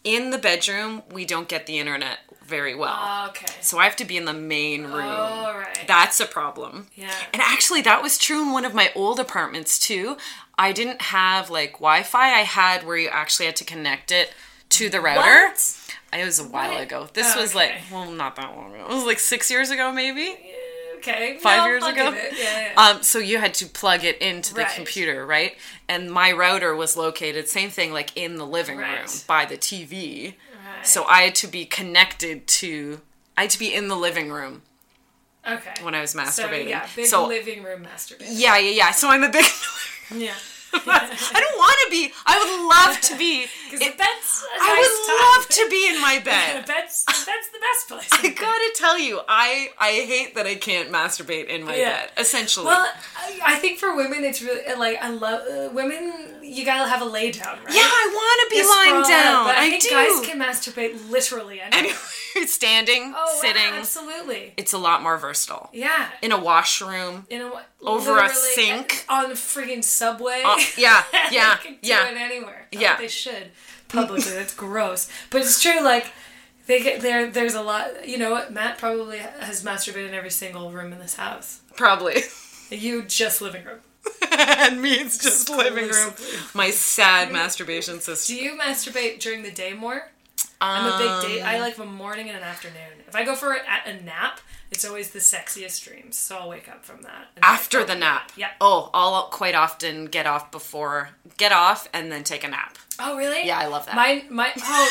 S2: in the bedroom, we don't get the internet very well.
S3: Okay.
S2: so I have to be in the main room.
S3: All right.
S2: That's a problem.
S3: Yeah.
S2: And actually, that was true in one of my old apartments too. I didn't have like Wi Fi, I had where you actually had to connect it to the router.
S3: What?
S2: It was a while
S3: What?
S2: ago. This was like,
S3: Okay.
S2: well, not that long ago. It was like six years ago, maybe?
S3: Okay.
S2: five
S3: No,
S2: years
S3: I'll
S2: ago.
S3: give it. Yeah, yeah.
S2: Um, so you had to plug it into the
S3: Right.
S2: computer, right? And my router was located, same thing, like in the living
S3: Right.
S2: room by the TV.
S3: Right.
S2: Uh, So I had to be connected to. I had to be in the living room
S3: Okay.
S2: when I was masturbating.
S3: So, yeah, big
S2: So-
S3: living room masturbation.
S2: yeah, yeah, yeah. So I'm a big.
S3: Yeah.
S2: I don't want to be. I would love to be.
S3: Because
S2: it-
S3: that's a
S2: I
S3: nice
S2: would
S3: time.
S2: love to be in my bed.
S3: That's that's the best place.
S2: I gotta tell you, I I hate that I can't masturbate in my
S3: Yeah.
S2: bed. Essentially,
S3: Well, I, I think for women, it's really like I love uh, women. You gotta have a lay down, right?
S2: yeah, I want to be
S3: You
S2: lying
S3: sprawl out,
S2: down.
S3: But I,
S2: I,
S3: think
S2: do.
S3: guys can masturbate literally anywhere.
S2: Anyway, standing,
S3: Oh, wow,
S2: sitting.
S3: absolutely.
S2: it's a lot more versatile.
S3: Yeah.
S2: In a washroom.
S3: In a,
S2: Over a
S3: literally, uh,
S2: sink.
S3: on a freaking subway.
S2: Uh, yeah, yeah,
S3: they can
S2: yeah.
S3: do it anywhere. Not
S2: Yeah.
S3: that they should publicly. That's gross, but it's true. Like they get there. There's a lot. You know what? Matt probably has masturbated in every single room in this house.
S2: Probably.
S3: You just living room.
S2: and me, it's just living room.
S3: Exclusively.
S2: My sad masturbation system.
S3: Do you masturbate during the day more? I'm a big day.
S2: Um,
S3: I like a morning and an afternoon. If I go for a, a nap, it's always the sexiest dreams. So I'll wake up from that and
S2: After the nap.
S3: Yeah.
S2: Oh, I'll quite often get off before, get off and then take a nap.
S3: Oh, really?
S2: Yeah, I love that.
S3: My my oh,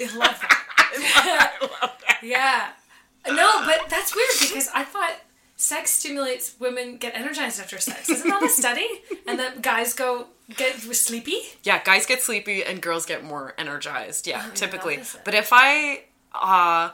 S3: I love that.
S2: I love, I love that.
S3: Yeah. No, but that's weird because I thought sex stimulates women get energized after sex. Isn't that a study? And that guys go get sleepy.
S2: Yeah, guys get sleepy and girls get more energized.
S3: Oh,
S2: Yeah, typically.
S3: opposite.
S2: But if I, uh,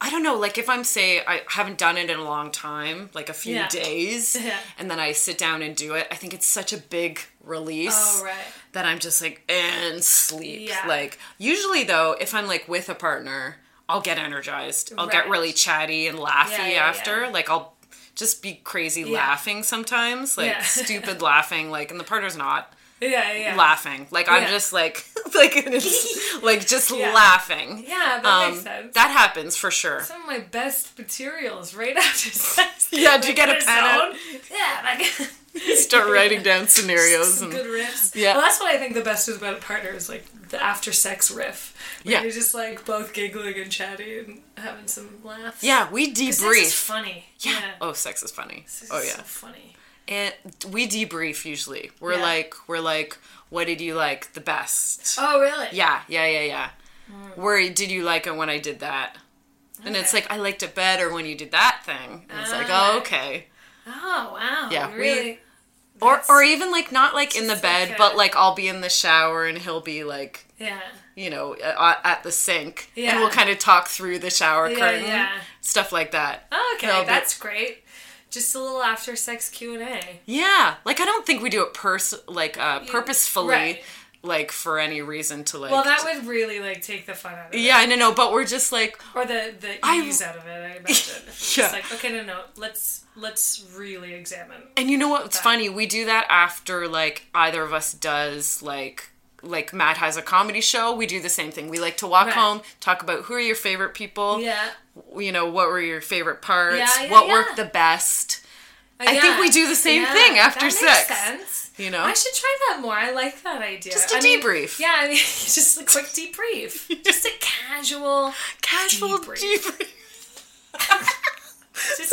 S2: I don't know, like if I'm, say, I haven't done it in a long time, like a few
S3: Yeah.
S2: days,
S3: Yeah.
S2: and then I sit down and do it, I think it's such a big release
S3: Oh, right.
S2: that I'm just like, and sleep.
S3: Yeah.
S2: Like, usually though, if I'm like with a partner, I'll get energized. I'll get
S3: Right.
S2: really chatty and laughy
S3: Yeah, yeah,
S2: after.
S3: yeah.
S2: Like, I'll just be crazy laughing sometimes, like
S3: Yeah.
S2: stupid laughing, like, and the partner's not
S3: Yeah, yeah.
S2: laughing. Like I'm
S3: Yeah.
S2: just like like it's, like just
S3: Yeah.
S2: laughing.
S3: Yeah, that
S2: um,
S3: makes sense.
S2: That happens for sure.
S3: Some of my best materials right after sex.
S2: Yeah, do you get a
S3: It's
S2: pen out?
S3: own- Yeah, like
S2: Start writing down scenarios
S3: some
S2: and
S3: good riffs.
S2: Yeah.
S3: Well, that's what I think the best is about a partner is like the after sex riff. Where
S2: Yeah.
S3: You're just like both giggling and chatting and having some laughs.
S2: yeah, we
S3: Sex is
S2: debrief.
S3: funny.
S2: Yeah. Oh, sex is funny.
S3: Sex is
S2: oh yeah.
S3: So funny.
S2: And we debrief usually. We're
S3: Yeah.
S2: like we're like what did you like the best?
S3: Oh Mm. really?
S2: Yeah, yeah, yeah, yeah. Where did you like it when I did that? And it's like I liked it better when you did that thing. And it's like,
S3: Ah.
S2: oh, okay.
S3: Oh wow.
S2: Yeah, we-
S3: Really.
S2: Or
S3: That's-
S2: or even like not like in the
S3: Just like
S2: bed,
S3: a-
S2: but like I'll be in the shower and he'll be like
S3: yeah.
S2: you know, at, at the sink, and
S3: Yeah.
S2: we'll kind of talk through the shower
S3: Yeah,
S2: curtain,
S3: yeah. Oh.
S2: stuff like that.
S3: okay,
S2: They'll be-
S3: that's great. Just a little after sex Q and A.
S2: Yeah, like I don't think we do it pers like uh, purposefully,
S3: right.
S2: like for any reason to like.
S3: Well, that would really like take the fun out of it,
S2: yeah, I don't know, but we're just like
S3: or the the
S2: I-
S3: ease out of it. I imagine. It's
S2: Yeah.
S3: like okay, no, no, let's let's really examine.
S2: And you know what's funny? We do that after like either of us does like like Matt has a comedy show. We do the same thing. We like to walk
S3: Right.
S2: home, talk about who are your favorite people.
S3: Yeah.
S2: You know, what were your favorite parts?
S3: Yeah, yeah,
S2: what
S3: yeah.
S2: worked the best? I think
S3: Yeah.
S2: we do the same
S3: Yeah,
S2: thing after
S3: that
S2: sex.
S3: Makes sense.
S2: You know,
S3: I should try that more. I like that idea.
S2: Just a
S3: I mean,
S2: debrief.
S3: yeah, I mean, just a quick debrief. just a casual,
S2: casual
S3: Debrief.
S2: debrief.
S3: just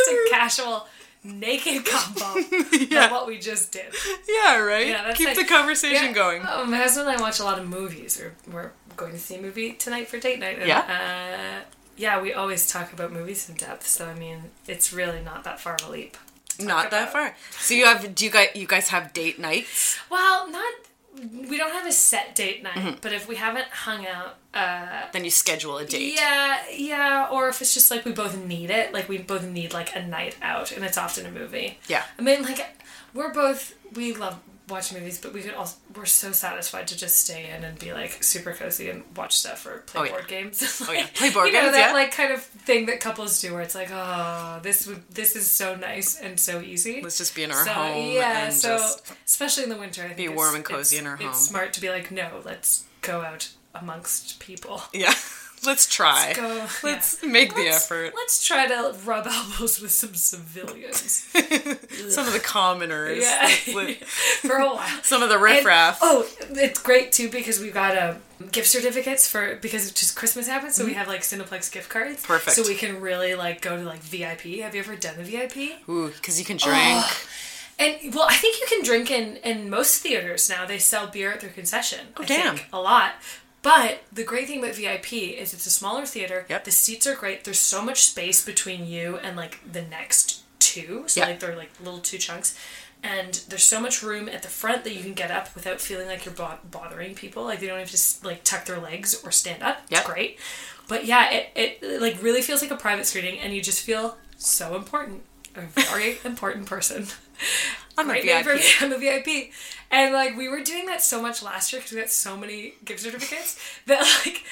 S3: a casual naked combo
S2: Yeah.
S3: of what we just did.
S2: Yeah, right.
S3: Yeah, that's
S2: Keep
S3: like-
S2: the conversation
S3: Yeah.
S2: going.
S3: Oh, my husband and I watch a lot of movies. We're, we're going to see a movie tonight for date night. and, Uh, yeah, we always talk about movies in depth, so I mean, it's really not that far of a leap.
S2: Not that
S3: about-
S2: far. So you have? Do you guys? You guys have date nights?
S3: Well, not we don't have a set date night,
S2: Mm-hmm.
S3: but if we haven't hung out, uh,
S2: Then you schedule a date.
S3: yeah, yeah, or if it's just like we both need it, like we both need like a night out, and it's often a movie.
S2: Yeah.
S3: I mean, like we're both we love watch movies, but we could also we're so satisfied to just stay in and be like super cozy and watch stuff or play
S2: Oh, yeah.
S3: board games.
S2: yeah. Play board
S3: you know,
S2: games,
S3: That
S2: yeah.
S3: like kind of thing that couples do, where it's like, oh, this would this is so nice and so easy.
S2: Let's just be in our
S3: so,
S2: home.
S3: Yeah,
S2: and
S3: so
S2: Just,
S3: especially in the winter, I think it's-
S2: warm and cozy
S3: it's-
S2: in our home.
S3: It's smart to be like, no, let's go out amongst people.
S2: yeah. Let's try. Let's,
S3: Go.
S2: make the
S3: Let's-
S2: effort.
S3: Let's try to rub elbows with some civilians
S2: Some of the commoners.
S3: Yeah.
S2: Like,
S3: for a while.
S2: Some of the
S3: And-
S2: riffraff.
S3: oh, it's great too because we got um, gift certificates for because just Christmas happens, so we have like Cineplex gift cards.
S2: Mm-hmm. Perfect.
S3: So we can really like go to like VIP. Have you ever done the VIP?
S2: Ooh, because you can drink.
S3: And well, I think you can drink in in most theaters now. They sell beer at their concession. Oh
S2: damn.
S3: a lot. But the great thing about VIP is it's a smaller theater.
S2: Yep.
S3: The seats are great. There's so much space between you and like the next two. So
S2: Yeah.
S3: like they're like little two chunks. And there's so much room at the front that you can get up without feeling like you're bo- bothering people. Like they don't have to s- like tuck their legs or stand up.
S2: Yep.
S3: It's great. But yeah, it, it, it like really feels like a private screening, and you just feel so important. A very important person.
S2: I'm a
S3: Right,
S2: VIP.
S3: neighbor, I'm a VIP. And like we were doing that so much last year because we got so many gift certificates that like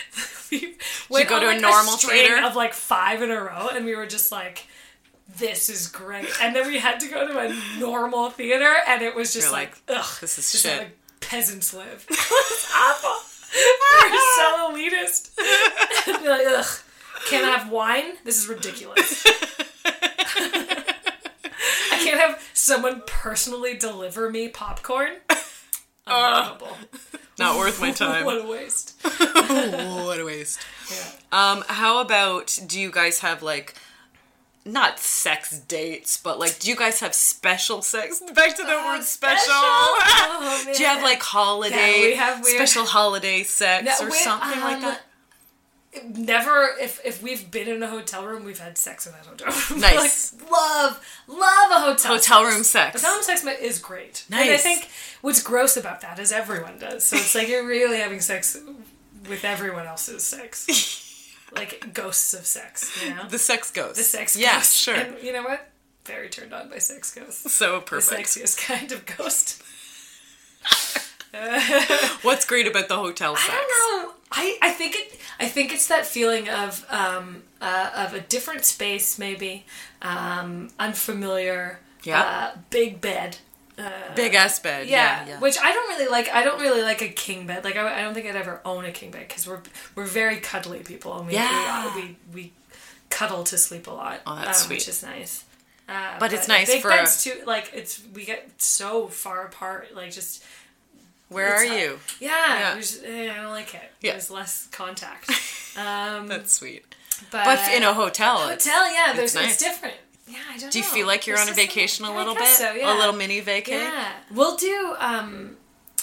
S3: we went
S2: go
S3: on,
S2: to a
S3: like,
S2: normal
S3: string
S2: trader?
S3: of like five in a row, and we were just like, "This is great." And then we had to go to a normal theater, and it was just
S2: You're
S3: like,
S2: like,
S3: "Ugh,
S2: this is
S3: just how,
S2: shit."
S3: like, peasants live. it was awful. we're so elitist. Be like, ugh, can't have wine. This is ridiculous. I can't have someone personally deliver me popcorn. Unlovable.
S2: Not worth Oh. my time.
S3: what a waste.
S2: what a waste.
S3: Yeah.
S2: Um, how about do you guys have like not sex dates, but like do you guys have special sex? Back to the word special.
S3: Uh, special? Oh,
S2: do you have like holiday
S3: Yeah, we have weird-
S2: special holiday sex
S3: No,
S2: or
S3: we-
S2: something like
S3: um,
S2: that?
S3: never if if we've been in a hotel room, we've had sex in that hotel room.
S2: Nice.
S3: like, love love a hotel
S2: Hotel room sex.
S3: Hotel room sex ma- is great. And I
S2: Nice.
S3: think what's gross about that is everyone does. So it's like you're really having sex with everyone else's sex. like ghosts of sex, you know?
S2: The sex ghost.
S3: The sex
S2: Yeah,
S3: ghost.
S2: sure.
S3: And you know what? Very turned on by sex ghosts.
S2: so
S3: The
S2: perfect.
S3: sexiest kind of ghost.
S2: What's great about the hotel sex?
S3: I don't know. I, I think it. I think it's that feeling of um, uh, of a different space, maybe um, unfamiliar.
S2: Yeah.
S3: Uh, big bed.
S2: Big ass bed.
S3: Yeah,
S2: Yeah.
S3: Which I don't really like. I don't really like a king bed. Like I, I don't think I'd ever own a king bed because we're we're very cuddly people and we
S2: Yeah.
S3: we, uh, we we cuddle to sleep a lot.
S2: Oh, that's
S3: um, Which
S2: sweet.
S3: is nice. Uh,
S2: but it's nice
S3: big
S2: for. a-
S3: beds too. Like it's we get so far apart. Like just
S2: where
S3: it's
S2: are
S3: hot.
S2: you?
S3: yeah.
S2: Yeah.
S3: there's- eh, I don't like it.
S2: Yeah.
S3: There's less contact. Um,
S2: That's sweet.
S3: but,
S2: But in a hotel, it's-
S3: Uh, hotel, yeah, there's it's,
S2: nice.
S3: different. Yeah, I don't.
S2: do you
S3: know.
S2: feel like you're
S3: There's
S2: on a
S3: just
S2: vacation a
S3: yeah, I
S2: little bit?
S3: guess so, yeah.
S2: A little mini vacay?
S3: Yeah, we'll do. Um,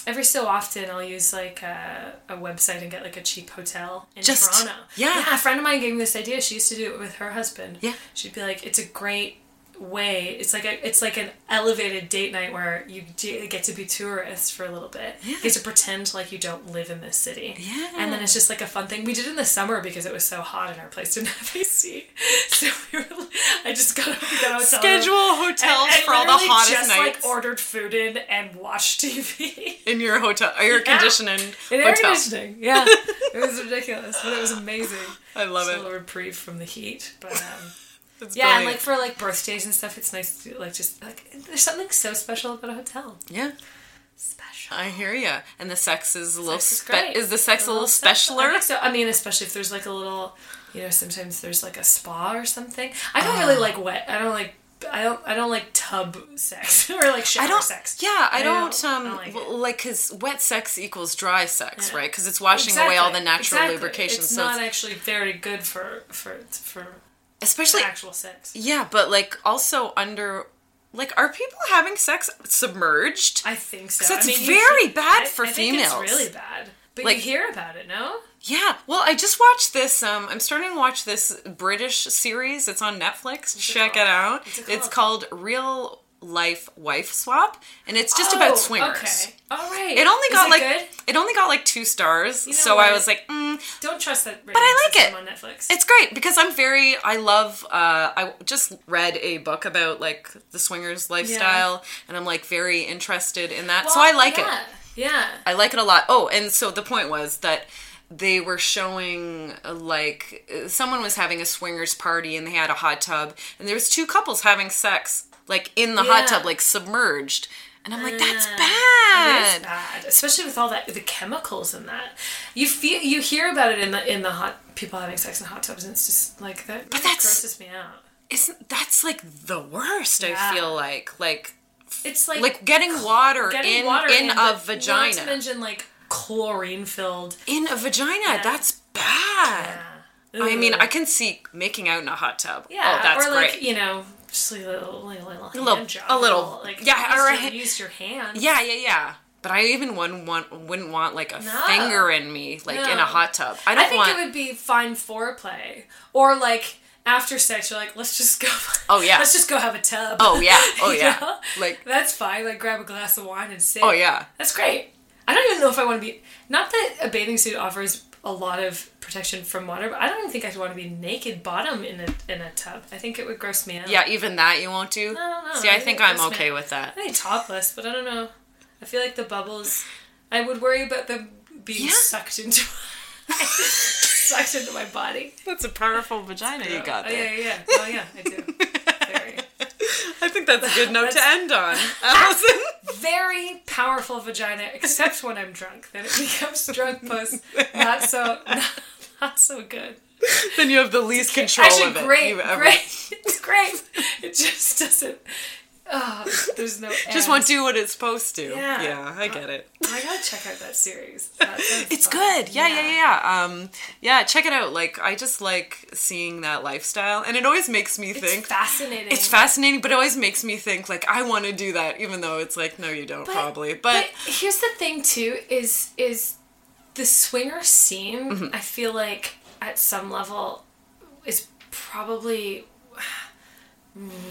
S3: every so often, I'll use like a, a website and get like a cheap hotel in
S2: Just-
S3: Toronto.
S2: yeah.
S3: a friend of mine gave me this idea. She used to do it with her husband.
S2: Yeah.
S3: she'd be like, "It's a great." way it's like a it's like an elevated date night where you d- get to be tourists for a little bit you get to pretend like you don't live in this city
S2: Yeah.
S3: and then it's just like a fun thing we did it in the summer because it was so hot and our place didn't have AC so we were I just got we got a hotel room.
S2: Schedule hotels
S3: And- and
S2: for all the
S3: literally
S2: hottest
S3: just,
S2: nights
S3: like ordered food in and watched TV.
S2: in your hotel, or your conditioning
S3: In air
S2: hotel.
S3: conditioning. Yeah. it was ridiculous, but it was amazing.
S2: I love
S3: Just
S2: it.
S3: A little reprieve from the heat, but um,
S2: It's
S3: yeah, and
S2: brilliant.
S3: like for like birthdays and stuff, it's nice to like just like there's something so special about a hotel.
S2: yeah,
S3: Special.
S2: I hear you. And the sex is a little
S3: Sex is
S2: spe-
S3: great.
S2: is the sex a little specialer?
S3: I guess so. I mean, especially if there's like a little, you know, sometimes there's like a spa or something. I don't
S2: Ah.
S3: really like wet. I don't like. I don't. I don't like tub sex or like shower
S2: I don't.
S3: sex.
S2: Yeah, I, don't, Um,
S3: I
S2: like
S3: like it.
S2: well, like because wet sex equals dry sex,
S3: Yeah.
S2: right? Because it's washing away all the natural
S3: Exactly.
S2: lubrication.
S3: It's
S2: so
S3: not
S2: it's-
S3: actually very good for for for
S2: especially
S3: actual sex.
S2: yeah, but like also under like are people having sex submerged?
S3: I think so.
S2: So it's
S3: I mean, you
S2: very
S3: hear-
S2: bad
S3: I-
S2: for
S3: I think
S2: females.
S3: It's really bad. But
S2: Like-
S3: you hear about it, no?
S2: Yeah. Well, I just watched this. Um, I'm starting to watch this British series. It's on Netflix. Check
S3: called?
S2: it out.
S3: What's it
S2: It's called Real Life Wife Swap, and it's just
S3: Oh,
S2: about swingers.
S3: Okay. All right.
S2: It only
S3: Is
S2: got like
S3: good?
S2: it only got like two stars,
S3: know
S2: so I
S3: what?
S2: was like, mm,
S3: Don't trust that. But
S2: I like
S3: on Netflix.
S2: it's great because I'm very I love. Uh, I just read a book about like the swingers lifestyle, and I'm like very interested in that, so I like it.
S3: Oh, Yeah.
S2: I like it a lot. Oh, and so the point was that they were showing uh, like uh, someone was having a swingers party and they had a hot tub and there was two couples having sex like in the
S3: Yeah. Mm.
S2: hot tub like submerged and I'm like that's
S3: It
S2: bad.
S3: is bad, especially with all that the chemicals in that. You feel you hear about it in the in the hot people having sex in hot tubs, and it's just like that. But
S2: that's-
S3: grosses me out.
S2: Isn't that's like the worst
S3: Yeah.
S2: I feel like like
S3: It's like
S2: like getting water
S3: getting
S2: in
S3: water
S2: in
S3: but
S2: a vagina.
S3: Not to mention like chlorine filled.
S2: in a vagina. That's bad. I mean, I can see making out in a hot tub.
S3: Mm. Yeah,
S2: oh, that's
S3: or
S2: great.
S3: like you know, just like a little, like, a little hand
S2: little-
S3: job,
S2: a little-
S3: like
S2: yeah,
S3: use
S2: or a
S3: your,
S2: hand-
S3: use your hand.
S2: Yeah, yeah, yeah. But I even wouldn't want wouldn't want like a
S3: No.
S2: finger in me, like in
S3: No.
S2: a hot tub. I don't
S3: I think
S2: want.
S3: it would be fine foreplay or like after sex. You're like, let's just go.
S2: Oh, yeah.
S3: let's just go have a tub.
S2: Oh yeah, oh
S3: You
S2: yeah.
S3: know?
S2: Like
S3: that's fine. Like grab a glass of wine and sit.
S2: Oh, yeah.
S3: that's great. I don't even know if I want to be. Not that a bathing suit offers a lot of protection from water, but I don't even think I'd want to be naked bottom in a in a tub. I think it would gross me out.
S2: yeah, even that you won't do.
S3: don't know.
S2: See, I,
S3: I
S2: think
S3: think
S2: I'm
S3: that's
S2: okay
S3: my-
S2: with that.
S3: I think topless, but I don't know. I feel like the bubbles. I would worry about them being
S2: Yeah.
S3: sucked into. sucked into my body.
S2: That's a powerful vagina you got
S3: Oh, yeah, yeah, yeah. Oh, yeah, I do. Very,
S2: I think that's a good note to end on, Allison.
S3: very powerful vagina, except when I'm drunk. Then it becomes drunk puss. Not so, not, not so good.
S2: then you have the least control
S3: Actually,
S2: of it.
S3: great,
S2: you've ever-
S3: great. It's great. It just doesn't. Oh, there's no.
S2: Just
S3: end.
S2: won't do what it's supposed to.
S3: Yeah. Oh
S2: I get it.
S3: I gotta check out that series. That sounds
S2: It's
S3: fun.
S2: good. Yeah, yeah, yeah, yeah. Um, yeah, check it out. Like, I just like seeing that lifestyle, and it always makes me
S3: It's
S2: think.
S3: fascinating.
S2: It's fascinating, but it always makes me think. Like, I want to do that, even though it's like, no, you don't, probably. But, Mm-hmm.
S3: here's the thing too is is the swinger scene. I feel like at some level is probably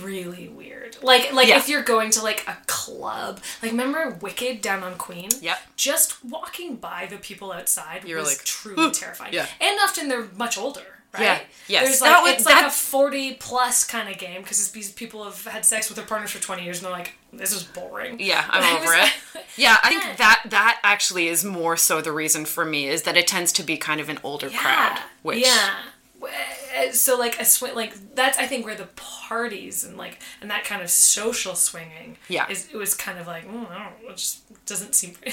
S3: really weird. Like like
S2: Yeah.
S3: if you're going to like a club. Like remember Wicked down on Queen?
S2: Yep.
S3: Just walking by the people outside
S2: You're
S3: was
S2: like,
S3: truly
S2: "Ooh."
S3: terrifying.
S2: Yeah.
S3: And often they're much older. Right?
S2: Yeah. Yes.
S3: There's like,
S2: That was-
S3: it's like a
S2: that's-
S3: 40 plus kind of game because these people have had sex with their partners for 20 years and they're like, this is boring.
S2: Yeah,
S3: I
S2: I'm over
S3: was-
S2: it. Yeah, I think that that actually is more so the reason for me is that it tends to be kind of an older crowd, which
S3: yeah Uh, so like a swing like that's i think where the parties and like and that kind of social swinging
S2: Yeah.
S3: is it was kind of like mm, i don't know it just doesn't seem very,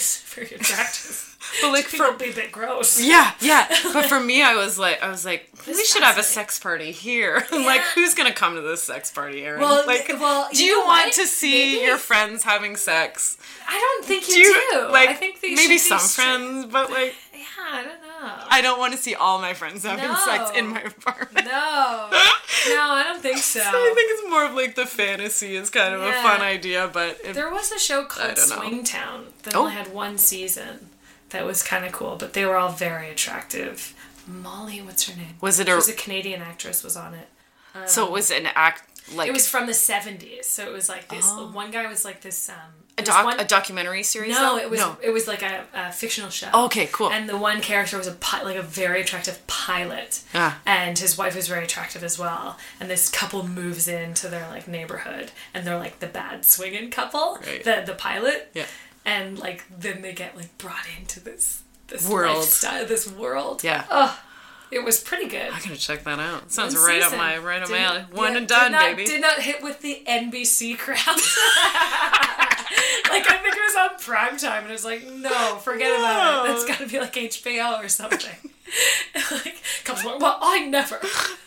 S3: very attractive
S2: But, like,
S3: people
S2: for-
S3: be a bit gross
S2: Yeah, yeah. But for me, I was like, I was like, we should have a sex party here. I'm like, who's gonna come to this sex party, Erin?
S3: Well,
S2: like,
S3: well,
S2: do
S3: you
S2: you,
S3: know
S2: want
S3: what?
S2: to see
S3: Maybe-
S2: your friends having sex?
S3: i don't think you
S2: Do
S3: do,
S2: you like?
S3: i think these
S2: maybe
S3: should be
S2: some
S3: straight-
S2: friends, but like,
S3: yeah i don't know
S2: I don't want to see all my friends having sex in
S3: No.
S2: my apartment.
S3: no no i don't think so,
S2: I think it's more of like the fantasy is kind of a
S3: Yeah.
S2: fun idea, but if,
S3: there was a show called
S2: don't know.
S3: swingtown that
S2: Oh.
S3: only had one season that was kind of cool but they were all very attractive molly what's her name
S2: was it
S3: She
S2: a
S3: was a Canadian actress was on it.
S2: so it was an act like
S3: It was from the seventies, so it was like this.
S2: Oh.
S3: One guy was like this. Um,
S2: a
S3: it was
S2: doc
S3: one-
S2: a documentary series?
S3: no,
S2: though?
S3: it was
S2: no.
S3: it was like a, a fictional show.
S2: okay, cool.
S3: And the one character was a pi- like a very attractive pilot,
S2: Ah.
S3: and his wife was very attractive as well. And this couple moves into their like neighborhood, and they're like the bad swinging couple,
S2: Right.
S3: the the pilot,
S2: Yeah.
S3: and like then they get like brought into this this
S2: World.
S3: lifestyle, this world.
S2: yeah.
S3: It was pretty good.
S2: I gotta check that out. Sounds
S3: Oh. One
S2: right
S3: season.
S2: up my right up my
S3: Didn't-
S2: alley. One
S3: yeah,
S2: and done,
S3: did not,
S2: baby.
S3: Did not hit with the NBC crowd. like I think it was on prime time, and it was like, no, forget about it. That's got to be like HBO or something. like couples, were, well, I never.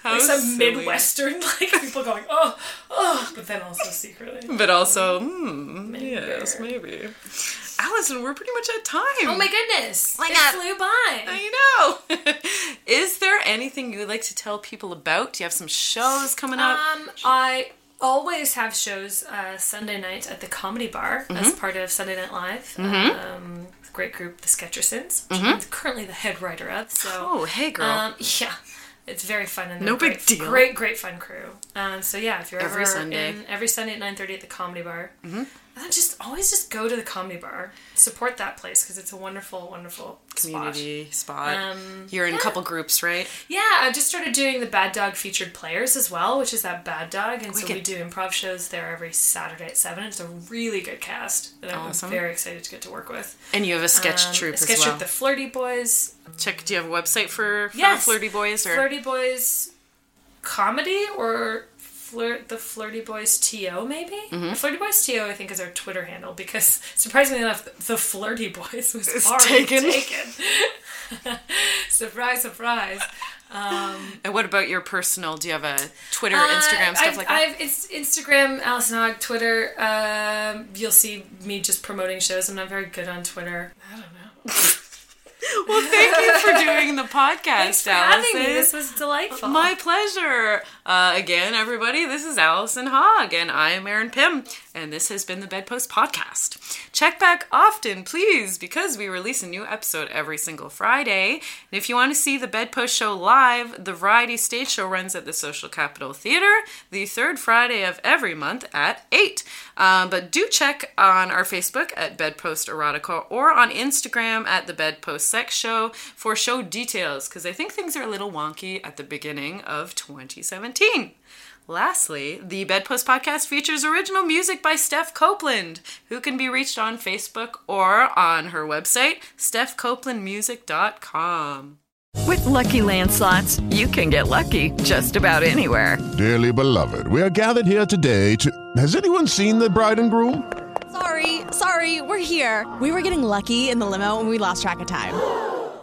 S3: like some
S2: silly.
S3: midwestern like people going, oh, oh, but then also secretly.
S2: But also, hmm,
S3: Maybe.
S2: yes, maybe. Allison, we're pretty much at time.
S3: Oh my goodness!
S2: Why
S3: it
S2: not?
S3: flew by.
S2: I know. Is there anything you would like to tell people about? Do you have some shows coming up?
S3: Um, I always have shows uh, Sunday night at the Comedy Bar
S2: Mm-hmm.
S3: as part of Sunday Night Live. Um, great group, the Sketchersons, which I'm currently the head writer of. So,
S2: Mm-hmm. Oh, hey, girl.
S3: Um, yeah, it's very fun and they're
S2: No big
S3: great,
S2: deal.
S3: Great, great fun crew. Um, so yeah, if you're
S2: Every
S3: ever
S2: Sunday.
S3: in every Sunday at nine thirty at the Comedy Bar. Mm-hmm. just always just go to the comedy bar. Support that place because it's a wonderful, wonderful spot.
S2: Community spot.
S3: Um,
S2: You're in a
S3: yeah.
S2: couple groups, right?
S3: Yeah, I just started doing the Bad Dog featured players as well, which is that Bad Dog, and so
S2: Wicked.
S3: we do improv shows there every Saturday at seven. It's a really good cast that
S2: Awesome.
S3: I'm very excited to get to work with.
S2: And you have a sketch
S3: Um,
S2: troupe
S3: a sketch
S2: as well.
S3: troupe, the Flirty Boys.
S2: Check. Do you have a website for, for
S3: Yes,
S2: Flirty Boys or
S3: Flirty Boys comedy or flirt the Flirty Boys to maybe
S2: Mm-hmm.
S3: Flirty Boys to I think is our Twitter handle because surprisingly enough, the Flirty Boys was
S2: It's
S3: already
S2: taken.
S3: taken. surprise, surprise.
S2: And what about your personal? Do you have a Twitter,
S3: Uh,
S2: Instagram, stuff
S3: I've,
S2: like that?
S3: I've it's Instagram, Alison Hogg, Twitter. Um, you'll see me just promoting shows. I'm not very good on Twitter. I don't know.
S2: well, thank you for doing the podcast,
S3: Thanks for
S2: Allison.
S3: having me. This was delightful.
S2: My pleasure. Uh, again, everybody, this is Allison Hogg, and I am Erin Pym, and this has been the Bedpost Podcast. Check back often, please, because we release a new episode every single Friday. And if you want to see the Bedpost Show live, the variety stage show runs at the Social Capital Theater the third Friday of every month at 8. Um, but do check on our Facebook at Bedpost Erotica or on Instagram at the Bedpost Sex Show for show details because I think things are a little wonky at the beginning of 2017. Lastly, the Bedpost podcast features original music by Steph Copeland, who can be reached on Facebook or on her website, stephcopelandmusic.com.
S4: With Lucky Land slots, you can get lucky just about anywhere.
S5: Dearly beloved, we are gathered here today to. Has anyone seen the bride and groom?
S6: Sorry, sorry, we're here. We were getting lucky in the limo and we lost track of time.